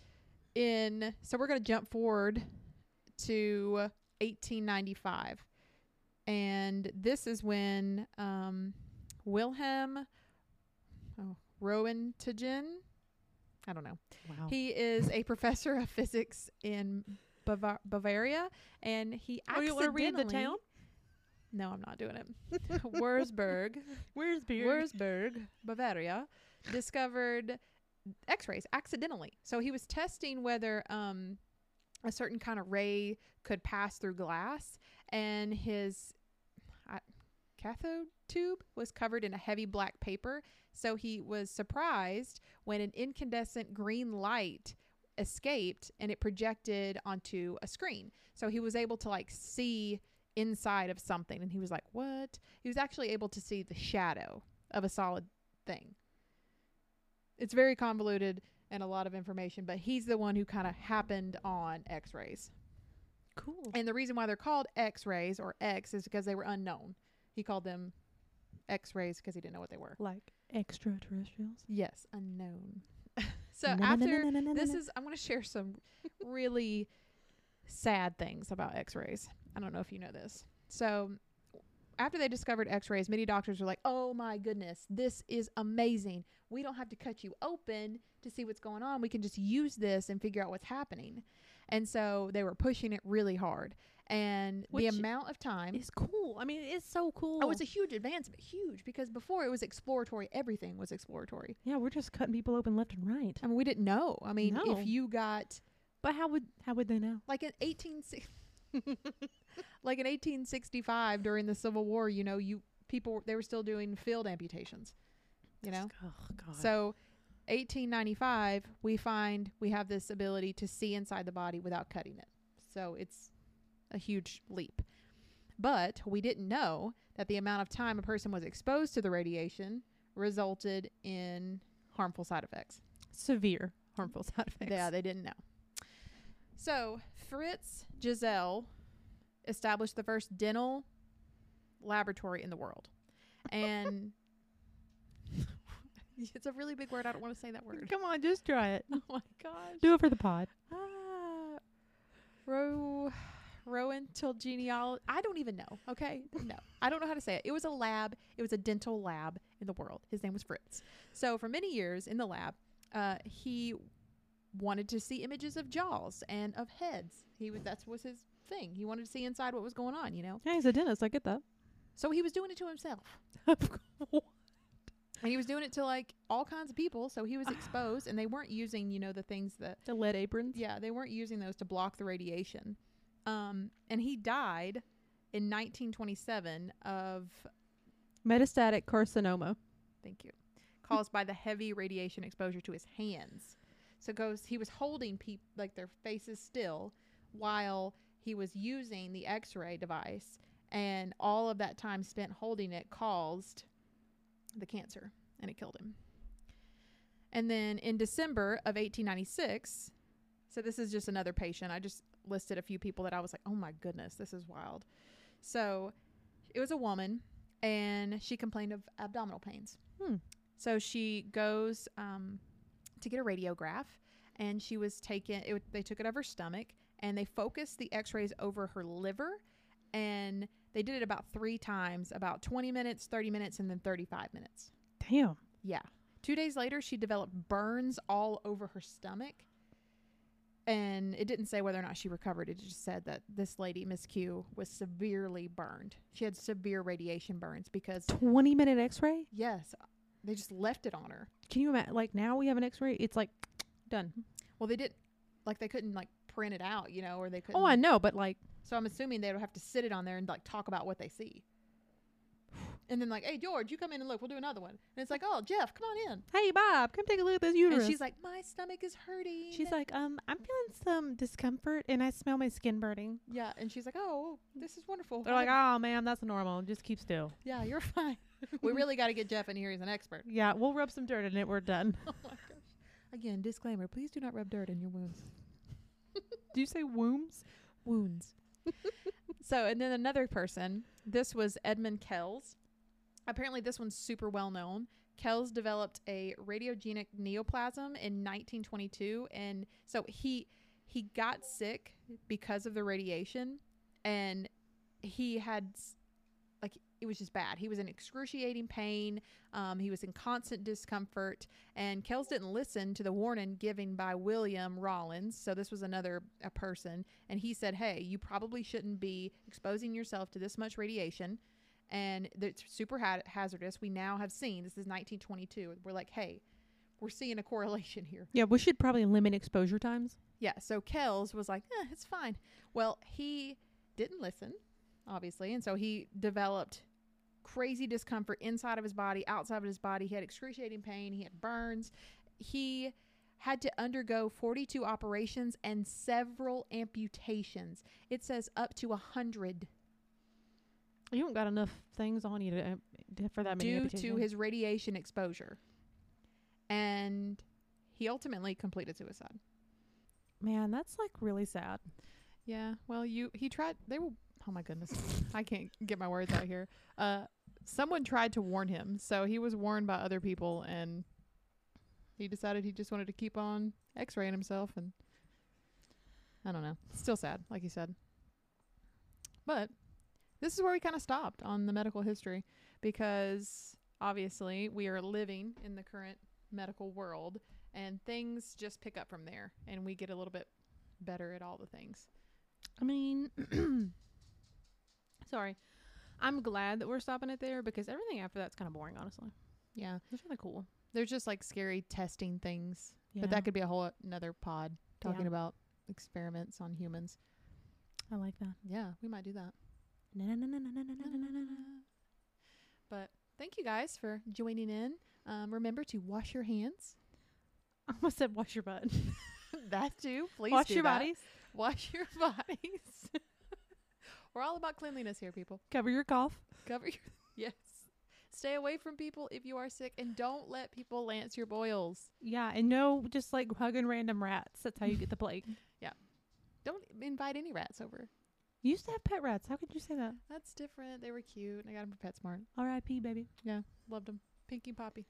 in so we're going to jump forward to 1895. And this is when um Wilhelm oh, Roentgen I don't know.
Wow.
He is a professor of physics in Bavar- Bavaria and he
Are Oh, you
accidentally
want to read the town?
No, I'm not doing it. Wurzburg
Where's beer?
Wurzburg, Bavaria, discovered X-rays accidentally. So he was testing whether um, a certain kind of ray could pass through glass, and his I, cathode tube was covered in a heavy black paper. So he was surprised when an incandescent green light escaped and it projected onto a screen. So he was able to like see inside of something and he was like, "What?" He was actually able to see the shadow of a solid thing. It's very convoluted and a lot of information, but he's the one who kind of happened on x-rays.
Cool.
And the reason why they're called x-rays or X is because they were unknown. He called them x-rays because he didn't know what they were.
Like extraterrestrials.
Yes, unknown. so
Na- na- na-
after
na- na- na-
this
na-
is I'm going to share some really sad things about x-rays. I don't know if you know this. So after they discovered x-rays, many doctors were like, "Oh my goodness, this is amazing. We don't have to cut you open to see what's going on. We can just use this and figure out what's happening." And so they were pushing it really hard. And
Which
the amount of time
It's cool. I mean, it's so cool.
Oh, it's a huge advancement, huge because before it was exploratory, everything was exploratory.
yeah, we're just cutting people open left and right.
I mean, we didn't know. I mean,
No.
if you got
But how would how would they know?
like in eighteen six, like in eighteen sixty five during the Civil War, you know, you people they were still doing field amputations. You know,
Oh God.
so eighteen ninety five, we find we have this ability to see inside the body without cutting it. So it's a huge leap. But we didn't know that the amount of time a person was exposed to the radiation resulted in harmful side effects.
severe harmful side effects.
Yeah, they didn't know. So Fritz Giselle established the first dental laboratory in the world, and it's a really big word. I don't want to say that word.
Come on, just try it.
Oh my gosh.
Do it for the pod.
Ah, Ro Rowan till genealogy. I don't even know. Okay, no, I don't know how to say it. It was a lab. It was a dental lab in the world. His name was Fritz. So for many years in the lab, uh, he wanted to see images of jaws and of heads. He was that's was his thing. He wanted to see inside what was going on. You know.
Yeah, he's a dentist. I get that.
So he was doing it to himself, and he was doing it to like all kinds of people. So he was exposed, and they weren't using you know the things that
the lead aprons.
Yeah, they weren't using those to block the radiation. Um, and he died in 1927 of,
Metastatic carcinoma.
thank you, caused by the heavy radiation exposure to his hands. So it goes, he was holding people like their faces still while he was using the X-ray device, and all of that time spent holding it caused the cancer, and it killed him. And then in December of 1896, so this is just another patient. I just listed a few people that I was like, oh my goodness, this is wild. So it was a woman, and she complained of abdominal pains.
Hmm.
So she goes um, to get a radiograph, and she was taken. It, they took it of her stomach, and they focused the X-rays over her liver, and they did it about three times, about 20 minutes, 30 minutes, and then 35 minutes.
Damn.
Yeah. Two days later, she developed burns all over her stomach. And it didn't say whether or not she recovered. It just said that this lady, Miss Q, was severely burned. She had severe radiation burns because,
Twenty minute X ray.
yes, they just left it on her.
Can you imagine? Like now we have an X ray. It's like done.
Well, they didn't, like, they couldn't, like, print it out, you know, or they couldn't.
Oh, I know, but like
so I'm assuming they would have to sit it on there and, like, talk about what they see. And then, like, hey, George, you come in and look. We'll do another one. And it's like, oh, Jeff, come on in.
hey Bob, come take a look at this uterus.
And she's like, my stomach is hurting.
She's like, um, I'm feeling some discomfort and I smell my skin burning.
Yeah, and she's like, "Oh, this is wonderful."
They're like, oh man, that's normal. Just keep still.
"Yeah, you're fine. we really got to get Jeff in here. He's an expert."
Yeah, we'll rub some dirt in it. We're done.
Oh my gosh. Again, disclaimer: Please do not rub dirt in your wounds.
Do you say wombs?
Wounds. so, and then another person. This was Edmund Kells. Apparently, this one's super well known. Kells developed a radiogenic neoplasm in 1922, and so he he got sick because of the radiation, and he had s- like it was just bad. He was in excruciating pain. Um, he was in constant discomfort, and Kells didn't listen to the warning given by William Rollins. So this was another a person, and he said, "Hey, you probably shouldn't be exposing yourself to this much radiation." And that it's super ha- hazardous. We now have seen this is 1922. We're like, hey, we're seeing a correlation here.
Yeah, we should probably limit exposure times.
Yeah, so Kells was like, eh, it's fine. Well, he didn't listen, obviously, and so he developed crazy discomfort inside of his body, outside of his body. He had excruciating pain, he had burns. He had to undergo 42 operations and several amputations. It says up to a 100
You don't got enough things on you to, to- for that many.
due to
amputations.
his radiation exposure. And he ultimately completed suicide.
man, that's like really sad.
Yeah. Well, you he tried. They were. Oh my goodness, I can't get my words out here. Uh, someone tried to warn him, so he was warned by other people, and he decided he just wanted to keep on X-raying himself, and I don't know. Still sad, like you said. But this is where we kind of stopped on the medical history because obviously we are living in the current medical world and things just pick up from there and we get a little bit better at all the things.
I mean, sorry. I'm glad that we're stopping it there because everything after that's kind of boring, honestly.
Yeah.
It's kind of cool.
There's just like scary testing things,
Yeah.
but that could be a whole another pod talking
Yeah.
about experiments on humans.
I like that.
Yeah, we might do that. But thank you guys for joining in. Um, remember to wash your hands.
I almost said wash your butt.
That too. Please
wash
do
your
that.
bodies.
Wash your bodies. We're all about cleanliness here, people.
Cover your cough.
Cover your yes. Stay away from people if you are sick, and don't let people lance your boils.
Yeah, and no, just like hugging random rats. That's how you get the plague.
Don't invite any rats over.
You used to have pet rats. How could you say that?
That's different. They were cute, and I got them for PetSmart.
R.I.P. Baby.
Loved them. Pinky Poppy.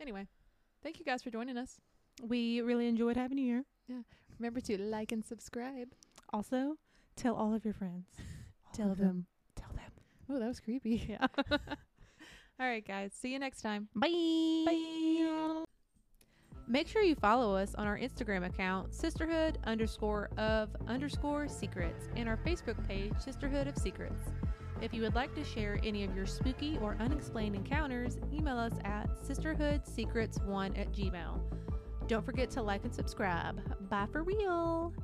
Anyway, thank you guys for joining us.
We really enjoyed having you here.
Remember to like and subscribe.
Also, tell all of your friends.
Tell them.
Tell them.
Oh, that was creepy.
Yeah.
All right, guys. See you next time.
Bye. Bye. Make sure you follow us on our Instagram account, sisterhood underscore of underscore secrets, and our Facebook page, Sisterhood of Secrets. If you would like to share any of your spooky or unexplained encounters, email us at sisterhoodsecrets1 at gmail. Don't forget to like and subscribe. Bye for real.